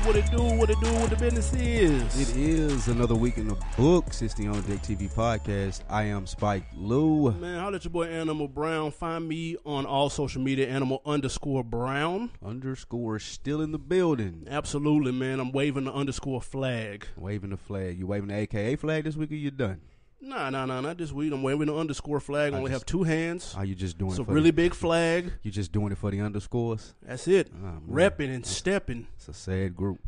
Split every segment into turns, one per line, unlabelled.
what it do, what the business is.
It is another week in the books. It's the On Deck TV podcast. I am Spike Lou.
Man, holla at your boy Animal Brown. Find me on all social media, Animal underscore Brown.
Underscore still in the building.
Absolutely, man. I'm waving the underscore flag.
Waving the flag. You waving the AKA flag this week or you done?
Nah, nah, nah, not this week. I'm waving the underscore flag. I only
just-
have two hands.
Are you just doing
It's
it
a
for
really
the,
big flag.
You just doing it for the underscores? Ah,
That's it.
man.
Repping and stepping.
It's a sad group.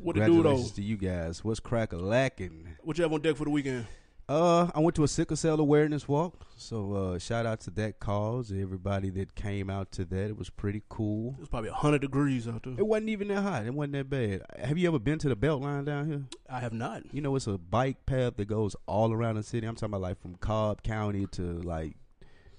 What it do, though?
Congratulations to you guys. What's crack a lacking?
What you have on deck for the weekend?
Uh, I went to a sickle cell awareness walk. So uh, shout out to that cause. Everybody that came out to that. It was pretty cool.
It's probably 100 degrees out there.
It wasn't even that hot. It wasn't that bad. Have you ever been to the Beltline down here?
I have not.
You know, it's a bike path that goes all around the city. I'm talking about like from Cobb County to like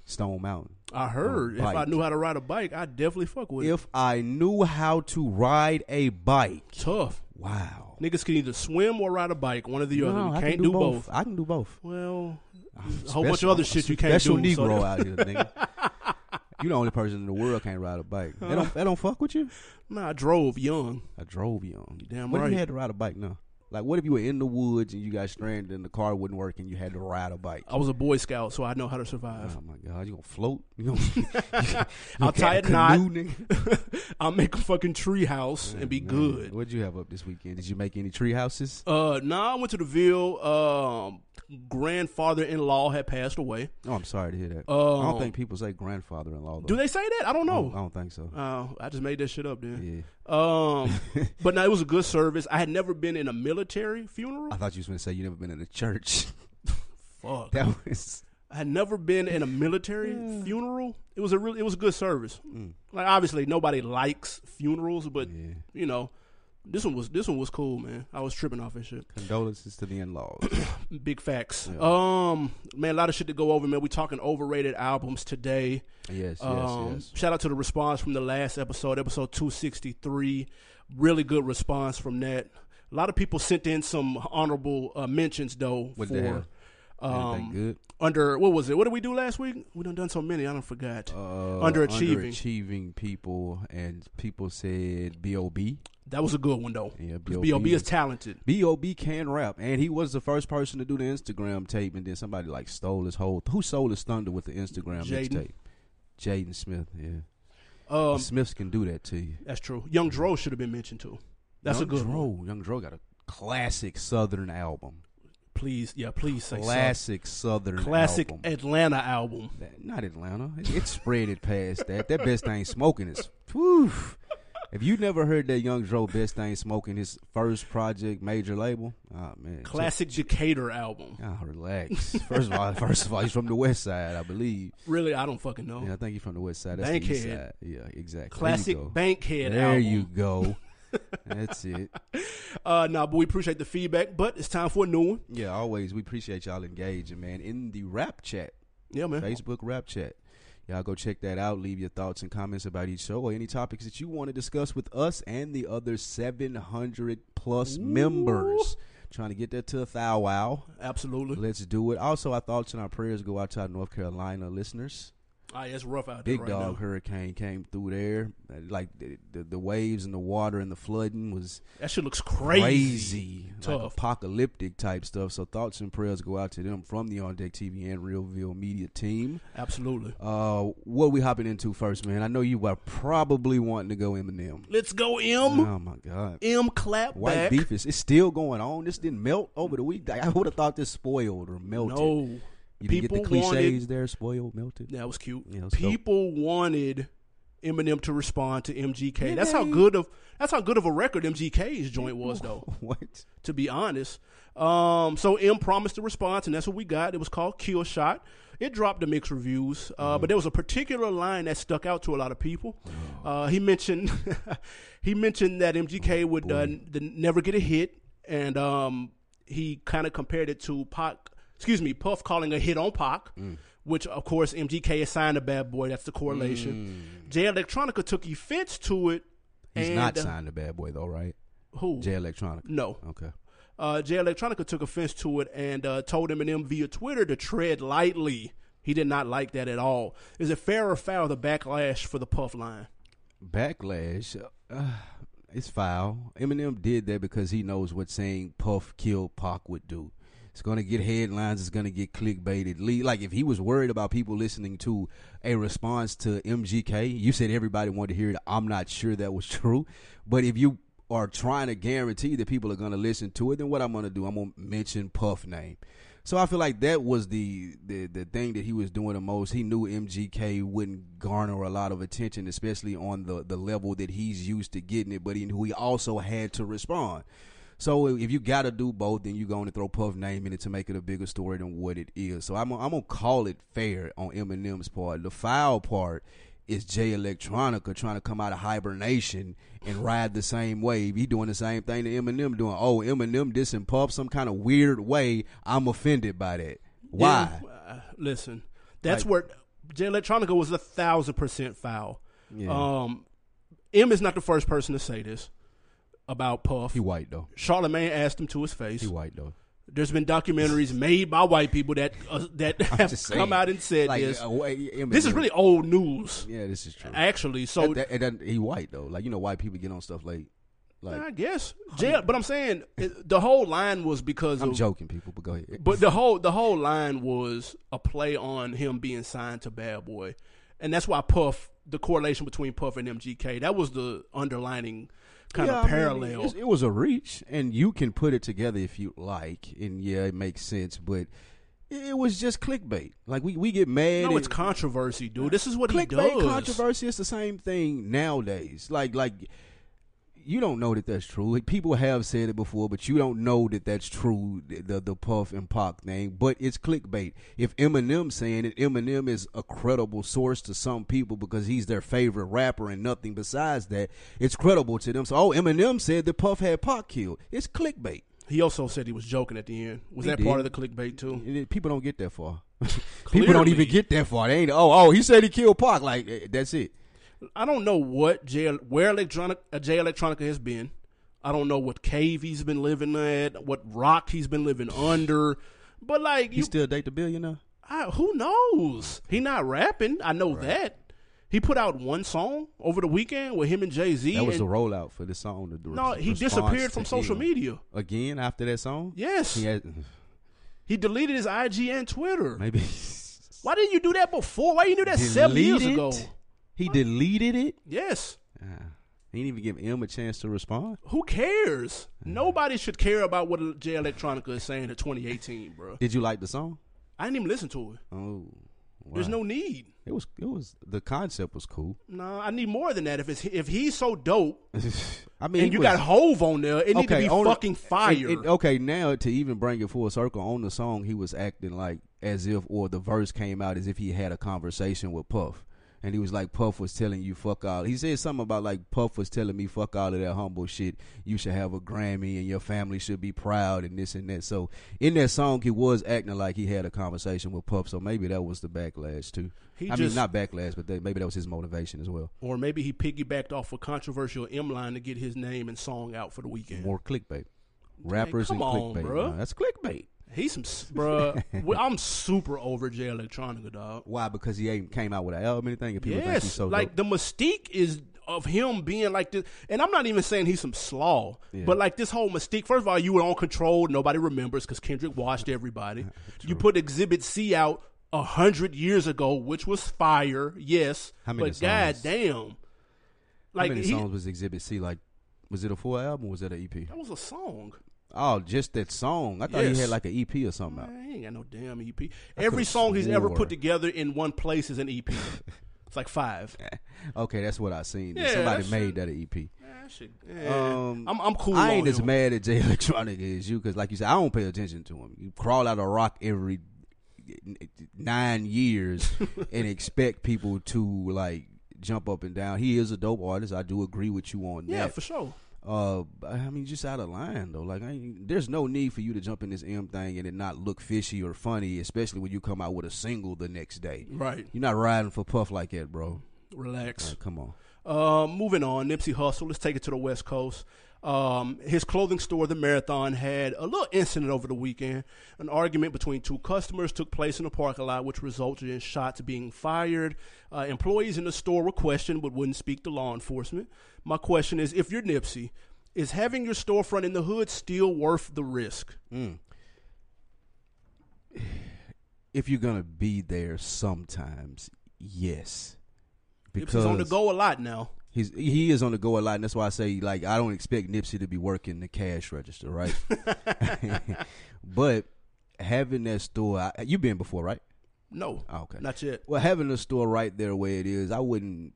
Stone Mountain.
I heard if I
bike.
knew how to ride a bike, I'd definitely fuck with it.
If I knew how to ride a bike,
Tough.
wow.
Niggas can either swim or ride a bike, one or the other. You
I
can't
can
do, both.
I can do both.
Well,
I'm
a whole bunch of
Ah, special-
other shit you can't
special
do. so-
Negro out here, nigga. You the only person in the world can't ride a bike. They don't, they don't fuck with you.
Nah, I drove young.
I drove you on.
damn
what if
right.
you had to ride a bike now? Like, what if you were in the woods and you got stranded and the car wouldn't work and you had to ride a bike?
I was a Boy Scout, so I know how to survive.
Oh my God! You gonna float? You gonna?
I'll tie a knot.
Nigga?
I'll make a fucking tree house and be good.
What'd you have up this weekend? Did you make any tree houses?
Uh, nah, I went to the Ville. Um, grandfather-in-law had passed away.
Oh, I'm sorry to hear that. I
Um,
don't think people say grandfather-in-law. Though.
Do they say that? I don't
I don't, I
know.
don't think so.
Uh, I just made that shit up then.
Oh, yeah,
Um, but no, it was a good service. I had never been in a military funeral.
I thought you was gonna say you never been in a church.
Fuck.
that was
I had never been in a military funeral. It was a really, it was a good service. Like obviously nobody likes funerals, but
Mm. yeah.
you know, this one was this one was cool, man. I was tripping off and shit.
Condolences to the in-laws.
Big facts. Um, man, a lot of shit to go over, man. We talking overrated albums today.
yes, yes,
Um,
yes.
Shout out to the response from the last episode, episode two sixty three. Really good response from that. A lot of people sent in some honorable uh, mentions though
What they
for
have?
Um,
Anything good?
under what was it? What did we do last week? We done done so many. I don't forgot.
Uh,
underachieving.
underachieving people, and people said B.O.B.
that was a good one though.
Yeah,
'Cause
B.O.B.
B.O.B. is
was-
talented.
B.O.B. can rap, and he was the first person to do the Instagram tape, and then somebody like stole his whole. Who sold his thunder with the Instagram
Jaden.
mixtape? Jaden Smith, yeah. The
Um,
Smiths can do that to you.
that's true. Young Dro should have been mentioned too. That's
Young
a good
Dro,
one.
Young Dro got a classic Southern album.
Please, yeah, please say so.
Classic Southern
classic
album.
Atlanta album.
That- not Atlanta. It, it spread it past that. That best thing smoking is. Whew. If you never heard that Young Dro best thing smoking his first project major label, ah man, check
Classic Decatur album.
Ah, relax. First of all, first of all, he's from the west side, I believe.
Really, I don't fucking know.
Yeah, I think he's from the west side. That's the east
Oh. Bankhead.
side. Yeah, exactly.
Classic
There you go.
Bankhead
There
album.
you go. That's it.
Uh, nah, but we appreciate the feedback. But it's time for a new one.
Yeah, always. We appreciate y'all engaging, man. In the rap chat,
Yeah, man.
Facebook rap chat. Y'all go check that out. Leave your thoughts and comments about each show or any topics that you want to discuss with us and the other 700 plus members. Trying to get that to a thou wow.
Absolutely.
Let's do it. Also, our thoughts and our prayers go out to our North Carolina listeners.
Ah, yeah, it's rough out there
big
right
dog
now.
hurricane came through there. Uh, Like the, the, the waves and the water and the flooding was
That shit looks crazy.
crazy, like
Tough.
apocalyptic type stuff. So thoughts and prayers go out to them from the On Deck TV and Realville Media team.
Absolutely.
Uh, what we hopping into first, man? I know you are probably wanting to go Eminem.
Let's go, M.
Oh my God.
M clap
White
Um, back.
beef is it's still going on. This didn't melt over the week. I would have thought this spoiled or melted.
No.
you didn't get the
people wanted-
cliches there. Spoiled, melted.
That was cute.
Yeah, let's go.
People wanted Eminem to respond to MGK.
Did
that's how
they?
good of that's how good of a record MGK's joint was though,
what?
to be honest. Um so M promised to respond and that's what we got. It was called Kill Shot. It dropped the mixed reviews, uh,
Mm-hmm.
but there was a particular line that stuck out to a lot of people.
Mm-hmm.
Uh, he mentioned he mentioned that
Oh,
MGK would uh, n- the, never get a hit, and um, he kind of compared it to Pac, excuse me, Puff calling a hit on Pac,
Mm.
which of course MGK assigned a bad boy. That's the correlation. Jay Electronica took offense to it.
Mm. He's
and,
not
uh,
signed to Bad Boy though, right?
Who?
Jay Electronica.
No.
Okay.
Uh, Jay Electronica took offense to it and uh, told Eminem via Twitter to tread lightly. He did not like that at all. Is it fair or foul the backlash for the Puff line?
Backlash. Uh, It's foul. Eminem did that because he knows what saying Puff kill Pac would do. It's gonna get headlines. It's gonna get clickbaited. Lee- Like if he was worried about people listening to a response to MGK, you said everybody wanted to hear it. I'm not sure that was true, but if you are trying to guarantee that people are gonna listen to it, then what I'm gonna do? I'm gonna mention Puff name. So I feel like that was the, the the thing that he was doing the most. He knew MGK wouldn't garner a lot of attention, especially on the the level that he's used to getting it. But he knew he also had to respond. So if you got to do both, then you're going to throw Puff name in it to make it a bigger story than what it is. So I'm I'm gonna call it fair on Eminem's part. The foul part is Jay Electronica trying to come out of hibernation and ride the same wave. He doing the same thing that Eminem doing. Oh, Eminem dissing Puff some kind of weird way. I'm offended by that. Why?
Yeah, uh, listen, that's where Jay Electronica was a thousand percent foul. Um, M is not the first person to say this about Puff.
He white though.
Charlemagne asked him to his face.
He white though.
There's been documentaries made by white people that uh, that have
Just saying.
come out and said
Like,
this.
uh, wait, Eminem-
this is really old news,
yeah. This is true.
actually. So
That- that- that- he white though. Like you know, white people get on stuff late. Like
I guess jail. But I'm saying it, the whole line was because
I'm
of
joking, people, but go ahead.
But the whole the whole line was a play on him being signed to Bad Boy, and that's why Puff the correlation between Puff and MGK that was the underlining kind
Yeah, I
of
mean,
parallel.
it's- it was a reach, and you can put it together if you like, and yeah, it makes sense. But it it was just clickbait. Like we, we get mad.
no,
and-
it's controversy, dude. This is what he
clickbait
does.
controversy is the same thing nowadays. Like like you don't know that that's true. Like, People have said it before, but you don't know that that's true. The the, the Puff and Pac thing, but it's clickbait. If Eminem saying it, Eminem is a credible source to some people because he's their favorite rapper and nothing besides that. It's credible to them. So oh, Eminem said that Puff had Pac killed. It's clickbait.
He also said he was joking at the end. Was
He
that part of the
did.
clickbait too?
It- it- people don't get that far. people don't even
Clearly.
get that far. They ain't oh oh he said he killed Pac. Like eh, that's it.
I don't know what jail where electronic uh, Jay Electronica has been. I don't know what cave he's been living at, what rock he's been living under. But like
You
you
still date the billionaire?
I, who knows? He not rapping. I know that. He put out one song over the weekend with him and Jay Z.
That was the rollout for the song. The
no, he
response
disappeared
to
from social
him.
media.
again after that song.
Yes,
he had,
he deleted his IG and Twitter.
maybe
Why didn't you do that before? Why didn't you do that seven years
Delete
ago?
it? He deleted it.
Yes,
Ah, he didn't even give M a chance to respond.
who cares?
Mm.
Nobody should care about what Jay Electronica is saying in 2018, bro.
Did you like the song?
I didn't even listen to it.
Oh, wow.
There's no need.
It was. It was. The concept was cool.
No, I need more than that. If it's if he's so dope
I mean,
and
he
you
was,
got Hove on there, it need to be
on the-
fucking fire.
it- it- okay, now to even bring it full circle on the song, he was acting like as if, or the verse came out as if he had a conversation with Puff, and he was like, Puff was telling you fuck all. He said something about like Puff was telling me fuck all of that humble shit. You should have a Grammy, and your family should be proud, and this and that. So in that song, he was acting like he had a conversation with Puff. So maybe that was the backlash too.
He
I mean,
just-
not backlash, but that, maybe that was his motivation as well.
Or maybe he piggybacked off a controversial M line to get his name and song out for the weekend.
More clickbait. Rappers
come
and
on,
clickbait.
bruh.
man. That's clickbait.
He's some, s- bruh. we- I'm super over Jay Electronica, dog.
Why? Because he ain't came out with an album or anything, and people think he's
Yes,
so
like
dope.
the mystique is of him being like this. And I'm not even saying he's some slaw,
Yeah.
but like this whole mystique. First of all, you were on control. Nobody remembers because Kendrick washed everybody. you put Exhibit C out a hundred years ago, which was fire. Yes,
How many
but
songs?
goddamn, like
How many
he,
songs was Exhibit C? Like, was it a full album? or Was that an EP?
that was a song.
Oh, just that song. I thought
Yes.
he had like an EP or something out.
Man, he ain't got no damn EP. Every
Uh, could've
song he's ever
swore.
put together in one place is an EP. it's like five.
Okay, that's what I seen.
Yeah,
Somebody
that
made that an EP.
Nah, that shit- yeah.
Um,
I'm, I'm cool.
I ain't
on
as
him.
mad at Jay Electronica as you because, like you said, I don't pay attention to him. You crawl out of rock every nine years and expect people to like jump up and down. He is a dope artist. I do agree with you on
Yeah,
that.
for sure.
Uh, I mean, just out of line though. Like, I ain't, there's no need for you to jump in this M thing and it not look fishy or funny, especially when you come out with a single the next day.
Right.
You're not riding for Puff like that, bro.
Relax.
Like, come on.
Uh, moving on. Nipsey Hussle. Let's take it to the West Coast. Um, his clothing store, The Marathon, had a little incident over the weekend. An argument between two customers took place in the parking lot, which resulted in shots being fired. Uh, employees in the store were questioned but wouldn't speak to law enforcement. My question is if you're Nipsey, is having your storefront in the hood still worth the risk?
Mm. If you're gonna be there, sometimes yes,
Because he's on the go a lot now.
He's he is on the go a lot, and that's why I say like I don't expect Nipsey to be working the cash register, right? but having that store, I, you've been before, right?
No.
Oh, okay.
Not yet.
Well, having a store right there where it is, I wouldn't.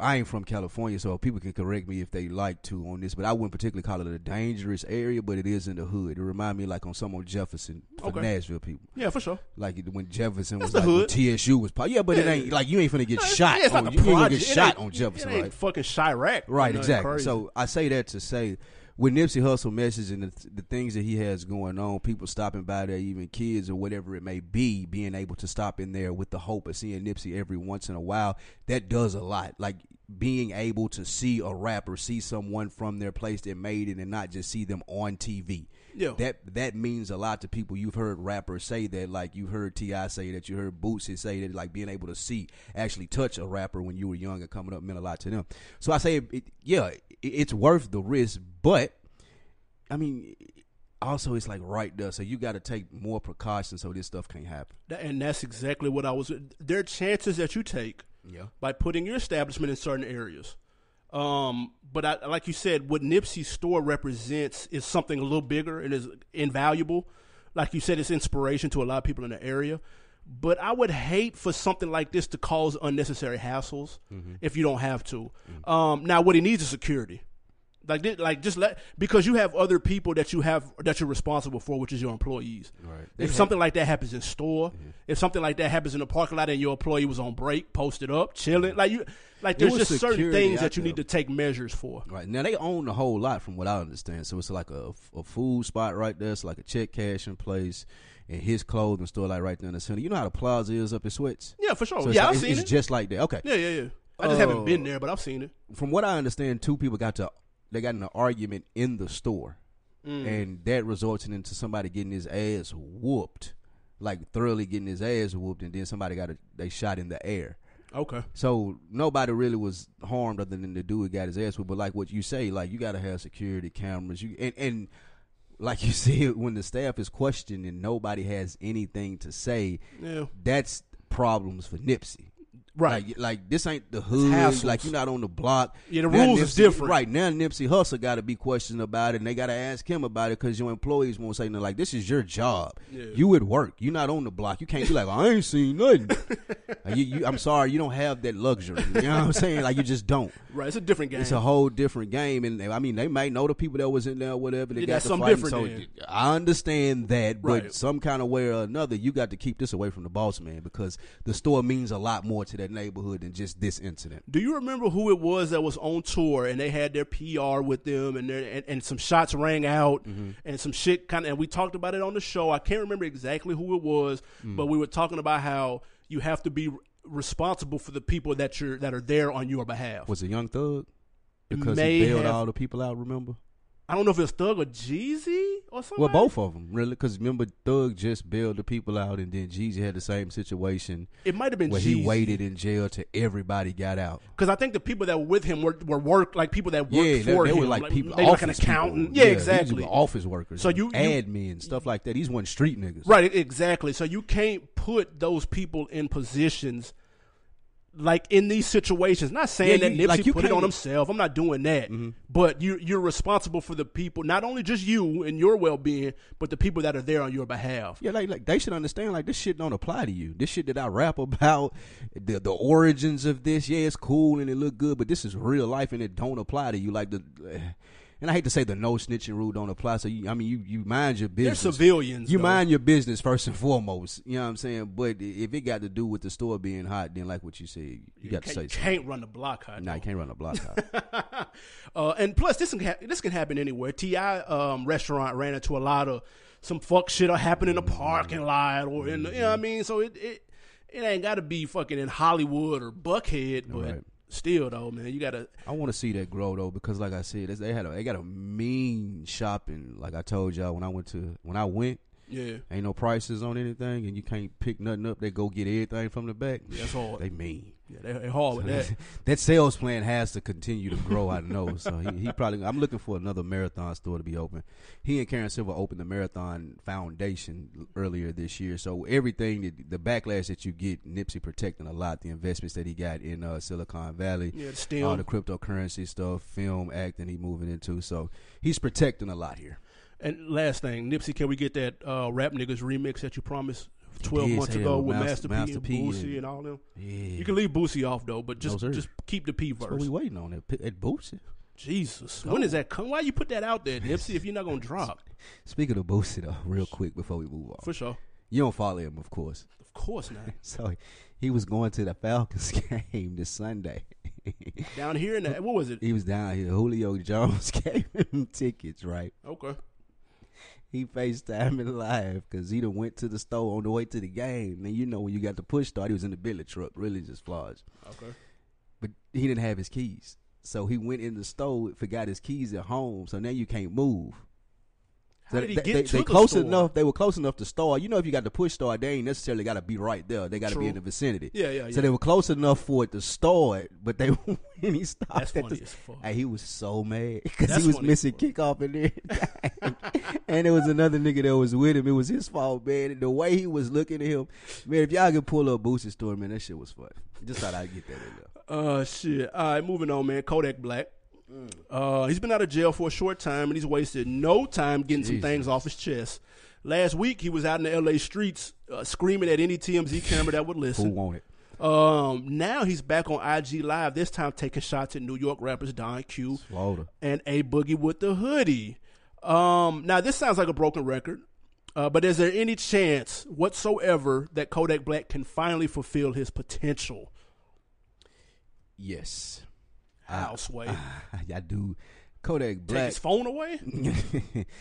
I ain't from California, so people can correct me if they like to on this, but I wouldn't particularly call it a dangerous area, but it is in the hood. It remind me like on some on Jefferson for
Okay.
Nashville people,
Yeah, for sure.
like it- when Jefferson
That's
was like
the
when
hood.
TSU was, pop- yeah, but it
Yeah.
ain't like you ain't finna get shot.
Yeah, it's
on,
not the
you ain't gonna get
project. It
shot
ain't-
on Jefferson,
it ain't
right?
fucking Chirac. or
Right,
nothing
exactly.
crazy.
So I say that to say, with Nipsey Hussle message and the, th- the things that he has going on, people stopping by there, even kids or whatever it may be, being able to stop in there with the hope of seeing Nipsey every once in a while, that does a lot. Like being able to see a rapper, see someone from their place that made it, and not just see them on TV.
Yeah.
That that means a lot to people. You've heard rappers say that, like you've heard Ti say that, you heard Boots say that, like being able to see actually touch a rapper when you were young and coming up meant a lot to them. So I say, it, yeah, it, it's worth the risk, but I mean, also it's like right there, so you got to take more precautions so this stuff can't happen.
Tha- and that's exactly what I was. There are chances that you take
Yeah.
by putting your establishment in certain areas. Um, but I, like you said, what Nipsey's store represents is something a little bigger and is invaluable. Like you said, it's inspiration to a lot of people in the area. But I would hate for something like this to cause unnecessary hassles
Mm-hmm.
if you don't have to. Um, now, what he needs is security. Like, thi- like just let because you have other people that you have that you're responsible for, which is your employees.
Right. Mm-hmm.
If something like that happens in store, if something like that happens in the parking lot, and your employee was on break, posted up, chilling, like you, like
Mm-hmm. There
there's
was
just certain
security
things
out
that you
there.
need to take measures for.
Right now, they own the whole lot, from what I understand. So it's like a, a food spot right there. It's like a check cashing place, and his clothing store like right there in the center. You know how the plaza is up in Switz.
Yeah, for sure.
So it's
yeah,
like-
I've
it's-
Oh, seen
it's
it.
just like that. Okay.
yeah, yeah, yeah. I just
Oh.
haven't been there, but I've seen it.
From what I understand, two people got to they got in an argument in the store,
Mm.
and that resulted into somebody getting his ass whooped, like thoroughly getting his ass whooped, and then somebody got a, they shot in the air.
Okay.
So nobody really was harmed other than the dude got his ass whooped. But like what you say, like you gotta have security cameras. You and and like you said, when the staff is questioned and nobody has anything to say,
Yeah.
that's problems for Nipsey.
Right.
Like, like this ain't the hood.
hassles.
Like you're not on the block.
Yeah, the rules is different.
Right now, Nipsey Hussle got to be questioned about it, and they got to ask him about it because your employees won't say nothing. Like this is your job.
Yeah.
You at work. You're not on the block. You can't be like I ain't seen nothing. Like, you- you- I'm sorry, you don't have that luxury. You know what I'm saying? Like you just don't.
right. It's a different game.
It's a whole different game, and I mean, they might know the people that was in there, or whatever. They
Yeah,
got
that's
the
something
fight,
different
So
then.
I understand that, but
Right.
some kind of way or another, you got to keep this away from the boss man because the store means a lot more to that neighborhood than just this incident.
Do you remember who it was that was on tour and they had their PR with them and their, and, and some shots rang out
Mm-hmm.
and some shit kind of and we talked about it on the show. I can't remember exactly who it was,
Mm.
but we were talking about how you have to be r- responsible for the people that you're that are there on your behalf.
Was a young thug because
May
he bailed
have-
all the people out. Remember?
I don't know if it's Thug or Jeezy or something.
Well, both of them really, because remember, Thug just bailed the people out, and then Jeezy had the same situation
It might have been
where
Jeezy.
he waited in jail till everybody got out.
because I think the people that were with him were, were work like people that worked
Yeah, they,
for
they
him.
were like people,
they were like an
office people.
accountant. Yeah,
these were
exactly.
office workers.
So you- you-
admin stuff like that. These weren't street niggas.
Right, e- exactly. So you can't put those people in positions like in these situations. Not saying
Yeah,
that
you-
Nipsey
like, you
put it
can't- Mm-hmm.
on himself. I'm not doing that. But you you're responsible for the people, not only just you and your well being, but the people that are there on your behalf.
Yeah, like like they should understand like this shit don't apply to you. This shit that I rap about, the the origins of this, yeah, it's cool and it look good, but this is real life and it don't apply to you. Like the, and I hate to say the no snitching rule don't apply. So you, I mean, you you mind your
They're
business.
civilians.
You
though.
mind your business first and foremost. You know what I'm saying? But i- if it got to do with the store being hot, then like what you said, you, got
Can't,
to say something.
can't run the block. Hot.
Nah, you can't run a block out.
Uh, and plus, this can ha- this can happen anywhere. Ti um, restaurant ran into a lot of some fuck shit that happened in the parking lot or in the, you know what I mean. So it it, it ain't got to be fucking in Hollywood or Buckhead, but
Right.
Still though, man, you gotta.
I want to see that grow though, because like I said, it's- they had a, they got a mean shopping. Like I told y'all when I went to when I went,
Yeah,
ain't no prices on anything, and you can't pick nothing up. They go get everything from the back.
Yeah, that's hard.
They mean.
yeah, they, they hard with that.
that sales plan has to continue to grow. I know. So he, he probably. I'm looking for another marathon store to be open. He and Karen Silver opened the Marathon Foundation earlier this year. So everything that the backlash that you get, Nipsey protecting a lot the investments that he got in uh, Silicon Valley.
Yeah, the STEM.
All the cryptocurrency stuff, film, acting, he moving into. So he's protecting a lot here.
And last thing, Nipsey, can we get that uh, rap niggas remix that you promised twelve
did
months
say
ago
that with
with
Master-
Master,
Master
P
P
and
and-
Boosie and all them?
Yeah,
You can leave Boosie off though, but just
sir.
just keep the P
What
verse.
we waiting on that? That Boosie.
Jesus, when is that come? Why you put that out there, Nipsey? if you're not gonna drop,
Speaking of Boosie, though, real quick before we move on,
for sure.
you don't follow him, of course.
Of course not.
So he was going to the Falcons game this Sunday.
Down here in that, what was it?
he was down here. Julio Jones gave him tickets, right?
Okay.
He FaceTiming live because he done went to the store on the way to the game. And you know when you got the push start, he was in the billet truck, really just flaws.
Okay.
But he didn't have his keys. So he went in the store, forgot his keys at home. So now you can't move.
How did he get to
they
the
close
store?
enough. They were close enough to start. You know, if you got the push start, they ain't necessarily got to be right there. They got to
True.
be in the vicinity.
Yeah, yeah, yeah.
So they were close enough for it to start, but they when he stopped.
That's
at
funny
the,
as fuck.
Hey, he was so mad because
That's
he was
funny
missing
as
kickoff and everything. and there was another nigga that was with him. It was his fault, man. And the way he was looking at him, man. If y'all could pull up Boosie's story, man, that shit was fun. Just thought I'd get that in there.
Uh, shit. All right, moving on, man. Kodak Black.
Mm.
Uh, he's been out of jail for a short time, and he's wasted no time getting some things off his chest. Last week, he was out in the L.A. streets uh, screaming at any TMZ camera that would
Who
listen.
want it?
Um, now he's back on IG Live. This time, taking shots at New York rappers Don Q
Florida.
and a boogie with the hoodie. Um, now this sounds like a broken record, uh, but is there any chance whatsoever that Kodak Black can finally fulfill his potential?
Yes,
House way,
I do. Kodak
take
Ah, Black.
his phone away.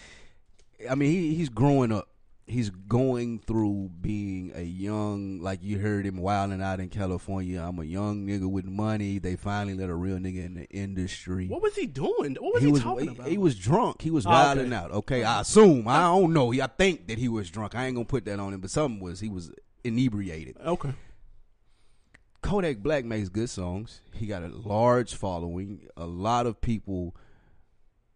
I mean, he, he's growing up. He's going through being a young, like you heard him wilding out in California. I'm a young nigga with money. They finally let a real nigga in the industry.
What was he doing? What was he, talking
he,
about?
he was drunk. He was
Ah,
wilding
okay.
out. Okay, I assume. I don't know. I think that he was drunk. I ain't gonna put that on him, but something was. He was inebriated.
okay.
Kodak Black makes good songs. He got a large following. A lot of people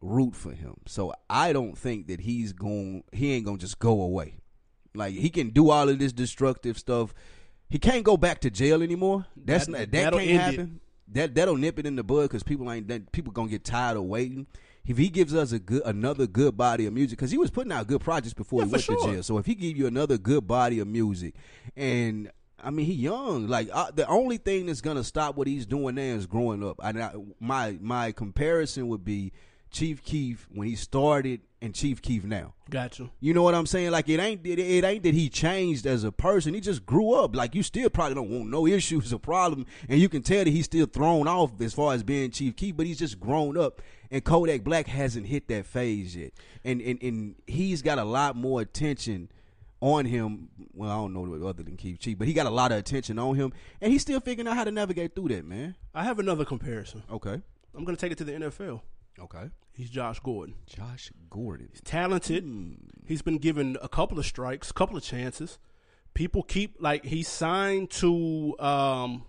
root for him. So I don't think that he's going he ain't going to just go away. Like he can do all of this destructive stuff. He can't go back to jail anymore. That's
That-
not that
that'll
can't
end it.
happen. That that'll nip it in the bud cuz people ain't that people going to get tired of waiting. If he gives us a good another good body of music cuz he was putting out good projects before
Yeah,
he
for
went to
sure.
jail. So if he give you another good body of music, and I mean he young, like I, the only thing that's gonna stop what he's doing now is growing up. And I, my my comparison would be Chief Keef when he started and Chief Keef now.
Gotcha.
You know what I'm saying? Like it ain't it, it ain't that he changed as a person. He just grew up. Like you still probably don't want no issues or problem, and you can tell that he's still thrown off as far as being Chief Keef, but he's just grown up. And Kodak Black hasn't hit that phase yet, and and and he's got a lot more attention on him. Well, I don't know other than Keith Chief, but he got a lot of attention on him, and he's still figuring out how to navigate through that, man.
I have another comparison.
Okay,
I'm gonna take it to the NFL.
okay.
He's Josh Gordon.
Josh Gordon.
talented. He's been given a couple of strikes, couple of chances. People keep like he's signed to um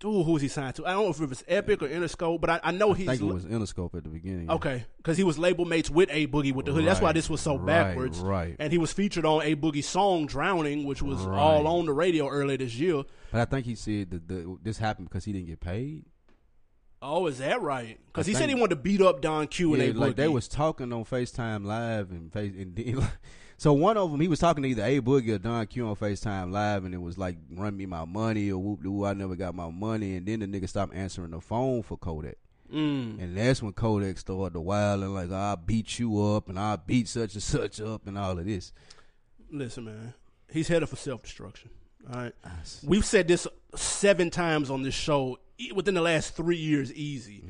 dude, who was he signed to? I don't know if it was Epic or Interscope, but I, I know he's
I think
la-
it was Interscope at the beginning.
okay because he was label mates with A Boogie with the hood. That's why
Right,
this was so
right,
backwards.
right.
And he was featured on A Boogie's song "Drowning," which was
Right.
all on the radio earlier this year.
But I think he said that the, this happened because he didn't get paid.
Oh, is that right? Because
I
he said he
think-
wanted to beat up Don Q and
Yeah,
A Boogie.
like they was talking on Facetime Live and face and then, so one of them he was talking to either A Boogie or Don Q on Facetime Live and it was like run me my money or whoop de whoop I never got my money and then the nigga stopped answering the phone for Kodak
Mm.
and that's when Kodak started to wild and like I beat you up and I beat such and such up and all of this.
Listen, man, he's headed for self destruction. All right, we've said this seven times on this show e- within the last three years, easy,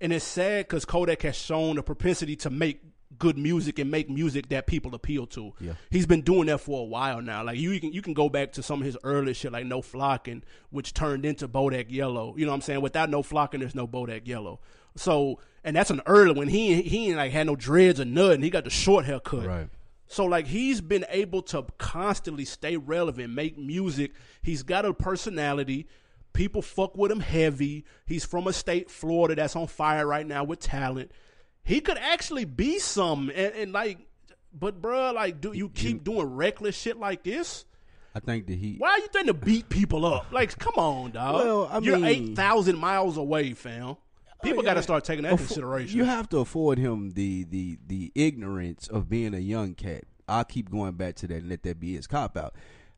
and it's sad because Kodak has shown a propensity to make good music and make music that people appeal to.
Yeah.
He's been doing that for a while now. Like you, you can you can go back to some of his early shit like No Flocking, which turned into Bodak Yellow. You know what I'm saying? Without No Flocking, there's no Bodak Yellow. So and that's an early when he he ain't like had no dreads or nothing. He got the short haircut.
Right.
So like he's been able to constantly stay relevant, make music. He's got a personality. People fuck with him heavy. He's from a state, Florida, that's on fire right now with talent. He could actually be some and, and like but bruh, like do you keep doing reckless shit like this?
I think that he.
Why you think to beat people up? Like, come on, dog.
Well, I
You're
mean- Oh,
eight thousand miles away, fam. People gotta start taking that
affo-
consideration.
You have to afford him the the the ignorance of being a young cat. I keep going back to that and let that be his cop out.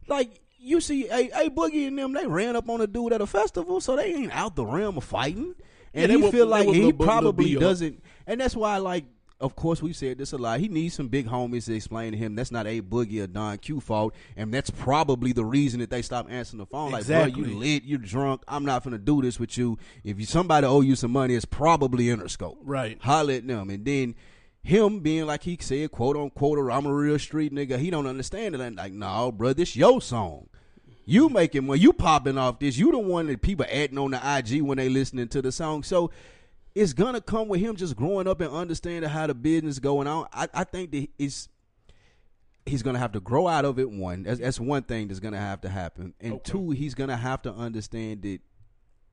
Like you see, hey, hey Boogie and them, they ran up on a dude at a festival, so they ain't out the realm of fighting. And
they
he
whoop-
feel
they
like
whoop
he
Lil Bu- Lil
probably
B up.
doesn't, and that's why like. Of course, we've said this a lot. He needs some big homies to explain to him that's not a boogie or Don Q fault, and that's probably the reason that they stopped answering the phone. Like, bro,
Exactly.
you lit, you drunk. I'm not gonna do this with you. If you somebody owe you some money, it's probably Interscope.
Right.
Holler at them. And then him being like he said, quote unquote, or I'm a real street nigga, he don't understand it. And like, nah, bro, this your song. You making money, you popping off this. You the one that people adding on the IG when they listening to the song. So it's gonna come with him just growing up and understanding how the business going on. I, I think that it's he's gonna have to grow out of it. One, that's, that's one thing that's gonna have to happen, and two, he's gonna have to understand that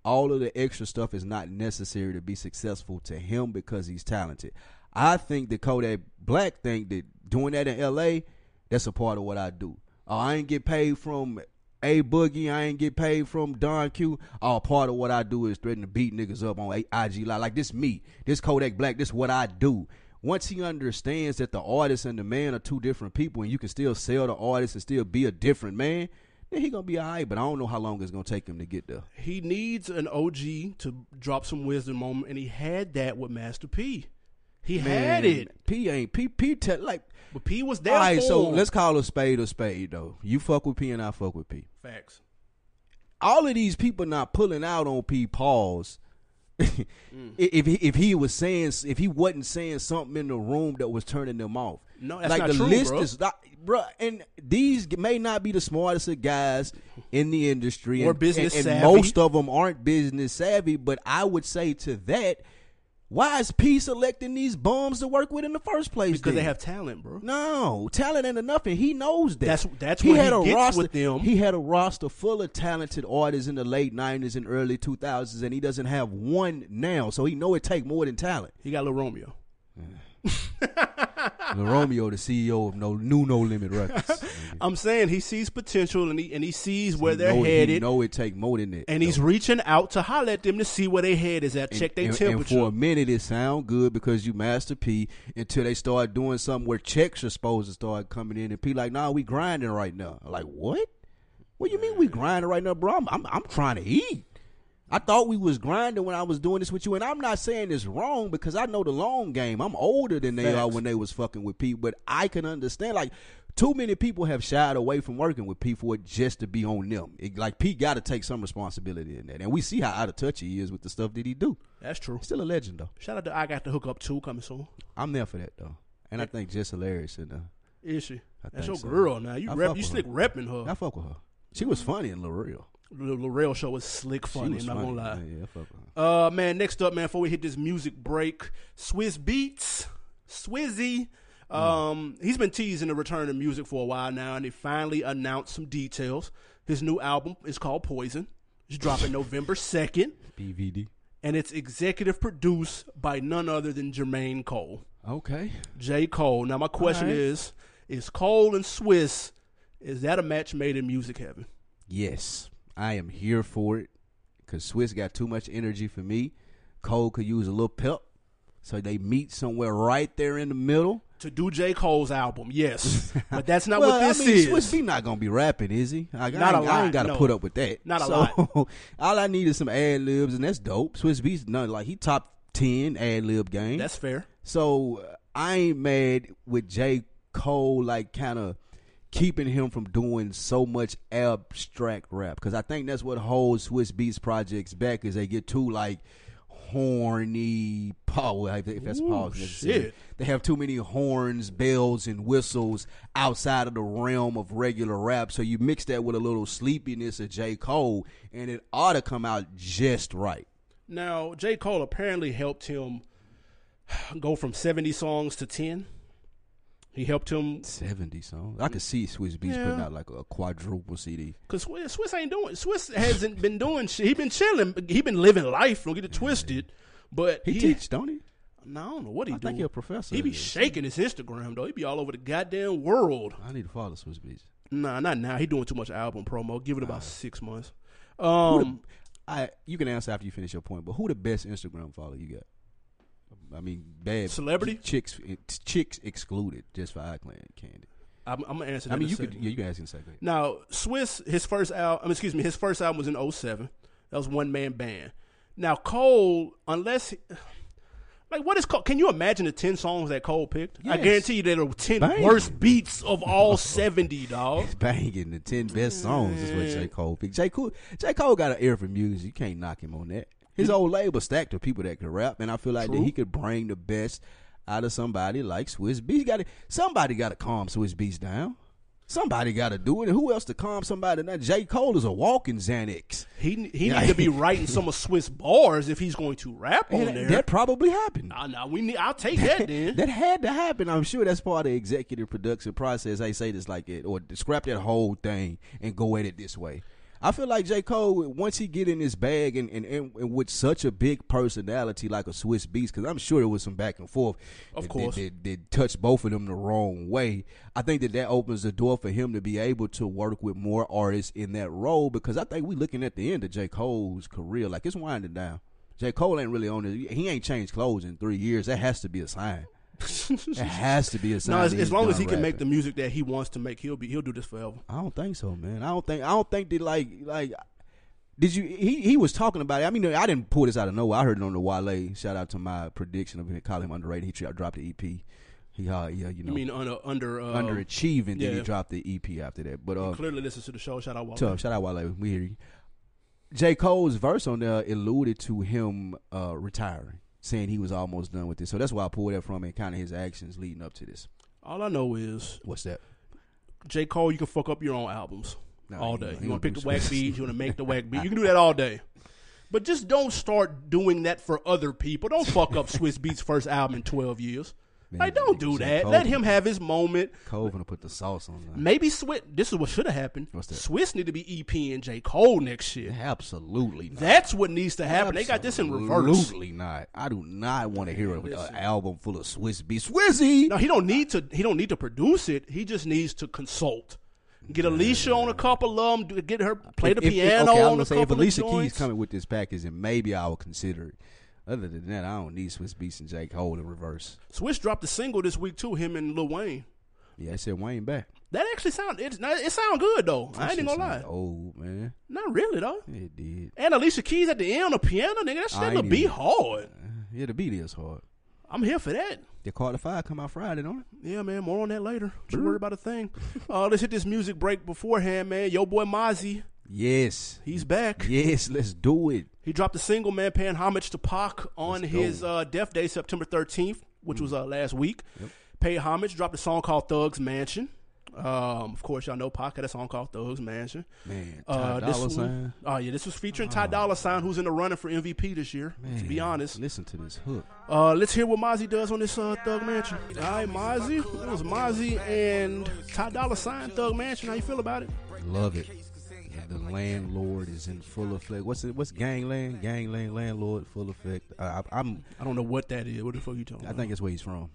all of the extra stuff is not necessary to be successful to him because he's talented. I think the Kodak Black thing that doing that in LA, that's a part of what I do. Oh, I ain't get paid from A Boogie, I ain't get paid from Don Q. Oh, part of what I do is threaten to beat niggas up on A- IG Live. Like this me, this Kodak Black, this what I do. Once he understands that the artist and the man are two different people and you can still sell the artist and still be a different man, then he gonna be alright, but I don't know how long it's gonna take him to get there.
he needs an OG to drop some wisdom on him, and he had that with Master P. He had
Man,
it,
P ain't P P te- like
but P was there.
all right,
for
so
him.
let's call a spade a spade though. You fuck with P and I fuck with P.
facts.
All of these people not pulling out on P Pauls.
Mm.
I- if he, if he was saying if he wasn't saying something in the room that was turning them off,
No, that's
like
not
the
true,
list
bro.
is not, bro. And these g- may not be the smartest of guys in the industry,
Or
and,
business
and, and
savvy.
most of them aren't business savvy. But I would say to that, why is P selecting these bums to work with in the first place?
Because they
then?
have talent, bro.
No, talent ain't enough, and he knows that.
That's- that's what he gets
roster,
with them.
He had a roster full of talented artists in the late '90s and early 2000s, and he doesn't have one now. So he know it take more than talent.
He got Lil Romeo.
Lil Romeo, the CEO of No New No Limit Records,
I'm saying he sees potential, and he and he sees where they're
know, it- He
headed,
know it take more than that,
and he's reaching out to holler at them to see where their head is at, check their
and, and
temperature.
for a minute, it sound good because you Master P until they start doing something where checks are supposed to start coming in, and P like, nah, we grinding right now. I'm like, what? What you mean we grinding right now, bro? I'm, I'm I'm trying to eat. I thought we was grinding when I was doing this with you, and I'm not saying it's wrong because I know the long game. I'm older than they are
Facts.
when they was fucking with P, but I can understand like too many people have shied away from working with P for it just to be on them. It, like P got to take some responsibility in that, and we see how out of touch he is with the stuff that he do.
That's true.
Still a legend though.
Shout out to I got the hookup too coming soon.
I'm there for that though, and I think Jess hilarious in there.
Is she? That's
think
your
so.
girl now. You
I
rep,
fuck
you
with
slick repping her.
I fuck with her. She was funny in La Real.
The L'Oreal show was slick
She
funny.
was
I'm not
funny.
gonna lie.
Yeah, yeah, I fuck with her.
Uh, man, next up, man, before we hit this music break, Swiss Beats, Swizzy. Um, he's been teasing the return of music for a while now, and he finally announced some details. His new album is called Poison. It's dropping November 2nd,
BVD.
and it's executive produced by none other than Jermaine Cole.
Okay.
J. Cole. Now, my question
Alright.
is Is Cole and Swiss, is that a match made in music heaven?
Yes, I am here for it. Cause Swiss got too much energy for me. Cole could use a little pep. So they meet somewhere right there in the middle.
To do J. Cole's album, yes. but that's not
well,
what this
I mean,
is.
Swiss B not gonna be rapping, is he? Like,
Not
I,
a
ain't, I
lot,
ain't gotta
no.
put up with that.
Not a
so, all I need is some ad libs, and that's dope. Swiss B's none like he top ten ad lib game.
That's fair.
So uh, I ain't mad with J. Cole, like kind of keeping him from doing so much abstract rap because I think that's what holds Swiss Beats projects back is they get too like horny Paul. If that's
Ooh,
Paul's necessary.
shit.
They have too many horns, bells, and whistles outside of the realm of regular rap. So you mix that with a little sleepiness of J. Cole, and it ought to come out just right.
Now, J. Cole apparently helped him go from 70 songs to 10. He helped him
70 songs. I could see Swiss Beats putting
Yeah.
out like a quadruple CD.
because Swiss, Swiss ain't doing. Swiss hasn't been doing shit. He been chilling. He been living life. Don't get it twisted. But
He,
he,
teach, don't he?
no, I don't know what he
I
do.
think he a professor.
he be
at it.
shaking his Instagram though. He be all over the goddamn world.
I need to follow Swiss Beats.
Nah, not now. He doing too much album promo. Give it about six months. Um,
I you can answer after you finish your point, but who the best Instagram follower you got? I mean, bad
Celebrity?
chicks, chicks excluded, just for iClan candy.
I'm, I'm gonna answer. That
I mean, you
could.
could yeah, you can ask in a second.
Now, Swiss, his first album, excuse me, his first album was in 07. That was one man band. Now, Cole, unless, he- like, what is Cole? Can you imagine the 10 songs that Cole picked? I
Yes.
guarantee you there are 10
Bang.
worst beats of all 70, dog.
It's banging the ten best songs is what
Mm.
J Cole picked. J Cole, J Cole got an ear for music. You can't knock him on that. His old label stacked with people that could rap, and I feel like that
Mm. True.
he could bring the best out of somebody like Swiss Beats. Got somebody got to calm Swiss Beats down. Somebody got to do it. And who else to calm somebody? Now J Cole is a walking Xanax.
He he
Yeah.
needs to be writing some of Swiss bars if he's going to rap on
And
there.
That probably happened.
Nah, nah, we need, I'll take that then.
that had to happen. I'm sure that's part of the executive production process. They say this like it, or scrap that whole thing and go at it this way. I feel like J. Cole, once he get in his bag and, and, and, and with such a big personality like a Swiss Beast, because I'm sure there was some back and forth.
Of
that-
course.
That, that, that touched both of them the wrong way. I think that that opens the door for him to be able to work with more artists in that role because I think we looking at the end of J. Cole's career. Like, it's winding down. J. Cole ain't really on it. He ain't changed clothes in three years. That has to be a sign. It has to be a sign.
no, as,
that
as
he's
long
done
as he can make the
rapping.
music that he wants to make, he'll be he'll do this forever.
I don't think so, man. I don't think. I don't think that like like. Did you? He he was talking about it. I mean, I didn't pull this out of nowhere. I heard it on the Wale. Shout out to my prediction of him calling him underrated. He tra- dropped the EP. He uh, yeah, you know,
I mean, under under uh,
underachieving. Then he
yeah.
dropped the EP after that. But uh,
clearly listens to the show. Shout out Wale.
tough. Shout out Wale. We hear you. J Cole's verse on there alluded to him uh, retiring, saying he was almost done with this. So that's why I pulled that from and kind of his actions leading up to this.
All I know is
What's that?
J. Cole, you can fuck up your own albums
Nah,
all
he
day.
gonna- he
You want to pick
gonna do
the whack
some-
beat, you want to make the whack beat. You can do that all day. But just don't start doing that for other people. Don't fuck up Swiss Beats' first album in 12 years.
Man,
like, don't do
J.
that.
Cole-
Let him have his moment.
Cole gonna put the sauce on that.
Maybe Swiss, this is what should have happened.
What's that?
Swiss need to be EP and J. Cole next year.
Absolutely not.
That's what needs to happen. They got this in reverse.
Absolutely not. I do not want to hear an album full of Swiss beats. Swizzy.
No, he don't need to. He don't need to produce it. He just needs to consult. Get Alicia on a couple of them. Get her play the
If- if-
piano
okay, I was
on
gonna
a
say,
couple
if Alicia
of
Keys
joints.
coming with this package, and maybe I will consider it. Other than that, I don't need Swiss beats and J Cole in reverse.
Swiss dropped a single this week too. Him and Lil Wayne.
Yeah, I said Wayne back.
That actually sound it's not, it sound good though. I ain't even gonna lie.
Old man,
Not really though.
it did.
And Alicia Keys at the end on the piano, nigga. That shit
I ain't
gonna be
even-
hard.
Yeah, the beat is hard.
I'm here for that.
The Carter Five come out Friday, don't it?
Yeah, man. More on that later. Don't worry about a thing. Uh, let's hit this music break beforehand, man. Yo, boy Mozzie,
Yes,
he's back.
yes. Let's do it.
He dropped a single, man, paying homage to Pac on
Let's
his
go.
uh, death day, September 13th, which was uh, last week. Paid homage, dropped a song called Thugs Mansion. Um, of course, y'all know Pac had a song called Thugs Mansion.
Man,
Uh,
Ty
this
Dolla Sign.
one, oh yeah, this was featuring Ty Dolla Sign, who's in the running for MVP this year. to be
Man,
honest,
listen to this hook.
uh, let's hear what Mozzie does on this uh, Thug Mansion. All right, Mozzie, it was Mozzie and Ty Dolla Sign, Thug Mansion. How you feel about it?
Love it. And the landlord is in full effect. What's it? What's gangland? Gangland landlord full effect. I, I, I'm.
I don't know what that is. What the fuck you talking?
I think it's where he's from.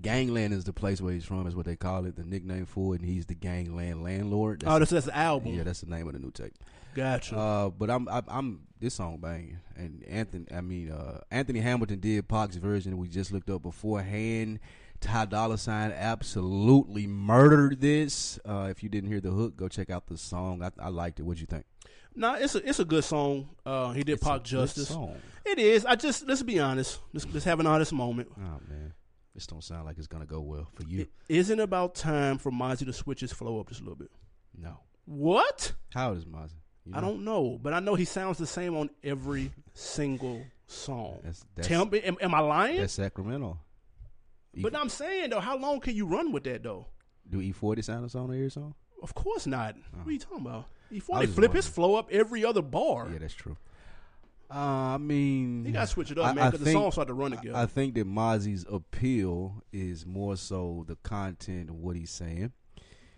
Gangland is the place where he's from. Is what they call it. The nickname for it. And he's the gangland landlord.
about? oh,
That's
that's that's the album.
yeah, that's the name of the new tape.
gotcha.
Uh, but I'm I, I'm this song banging, and Anthony I mean uh, Anthony Hamilton did Pac's version we just looked up beforehand. Ty Dolla Sign absolutely murdered this. Uh, if you didn't hear the hook, go check out the song. I, I liked it. What'd you think?
Nah, it's a it's a good song. Uh, he did
It's a
Pac
good
justice.
song.
It is. I just let's be honest. Let's, let's have an honest moment.
Oh man, this don't sound like it's gonna go well for you.
It isn't about time for Mozzie to switch his flow up just a little bit.
no.
What?
How old is Mozzie? You
I
know?
don't know, but I know he sounds the same on every single song.
That's- that's-
Tell me, am, am I lying?
That's Sacramento. E-
but I'm saying though, how long can you run with that though?
do E40 sound a song or your song?
Of course not. What are you talking about?
Uh-huh. I
Before
was
they
just
flip his flow up every other bar,
Yeah, that's true. Uh, I mean,
you gotta switch it up, man, 'cause the
think-
songs start to run
I-
together.
I think that Mozzie's appeal is more so the content of what he's saying,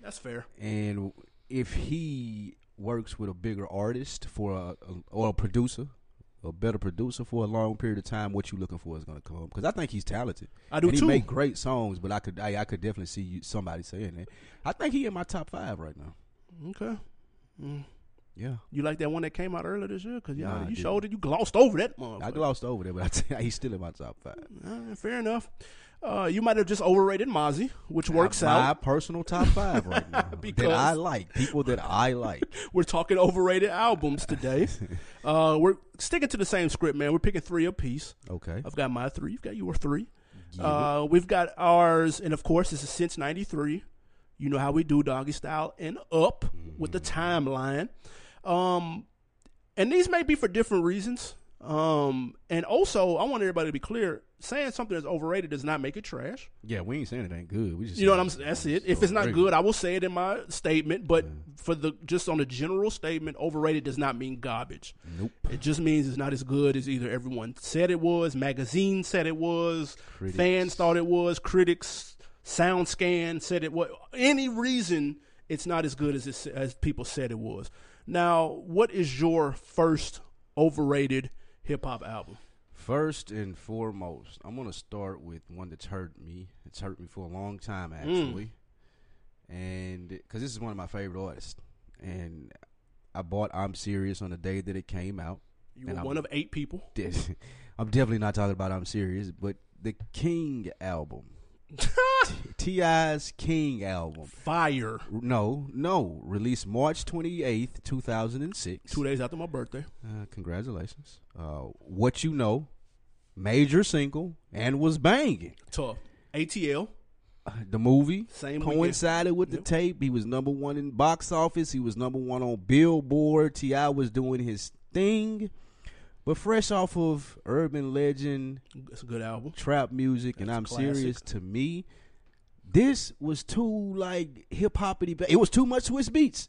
That's fair.
and if he works with a bigger artist for a, a or a producer, a better producer for a long period of time, what you looking for is going to come. Because I think he's talented.
I do
and he
too.
Make great songs, but I could I, I could definitely see you, somebody saying that. I think he in my top five right now.
Okay. Mm.
Yeah,
You like that one that came out earlier this year? Cause y'all,
Nah, I
you
didn't.
showed it. You glossed over that motherfucker.
I glossed over there, but I tell you, he's still in my top five.
Uh, fair enough. Uh, you might have just overrated Mozzie, which works
my
out.
personal top five right now that
Because-
I like people that I like.
We're talking overrated albums today. uh, we're sticking to the same script, man. We're picking three apiece.
Okay,
I've got my three. You've got your three. Uh, we've got ours, and of course, this is since '93. You know how we do doggy style and up with the timeline. Um, and these may be for different reasons. Um, and also, I want everybody to be clear: saying something is overrated does not make it trash.
yeah, we ain't saying it ain't good. We just
You know what
saying
I'm saying? That's it. If it's not
overrated.
good, I will say it in my statement. But for the just on a general statement, overrated does not mean garbage.
Nope.
It just means it's not as good as either everyone said it was, magazine said it was,
Critics.
fans thought it was, critics, sound scan said it was. Any reason it's not as good as it, as people said it was. Now, what is your first overrated hip hop album?
First and foremost, I'm gonna start with one that's hurt me. It's hurt me for a long time
Mm.
actually, and because this is one of my favorite artists, and I bought "I'm Serious" on the day that it came out.
You
And
were
I'm-
one of eight people.
This- I'm definitely not talking about "I'm Serious," but the King album, T.I.'s King album.
Fire.
No, no. Released March 28th, 2006.
Two days after my birthday.
Uh, congratulations. Uh, what You Know, major single, and was banging.
Tough. ATL.
Uh, The movie
Same
coincided with the tape. He was number one in box office. He was number one on Billboard. T.I. was doing his thing. But fresh off of urban legend,
Weekend. It's a good album.
trap music, and
That's a
I'm
classic.
serious to me, this was too like hip hoppity. It was too much Swiss beats.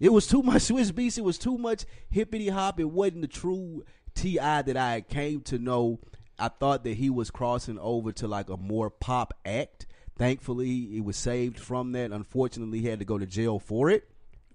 It was too much Swiss beats. It was too much hippity hop. It wasn't the true Ti that I came to know. I thought that he was crossing over to like a more pop act. Thankfully, he was saved from that. Unfortunately, he had to go to jail for it.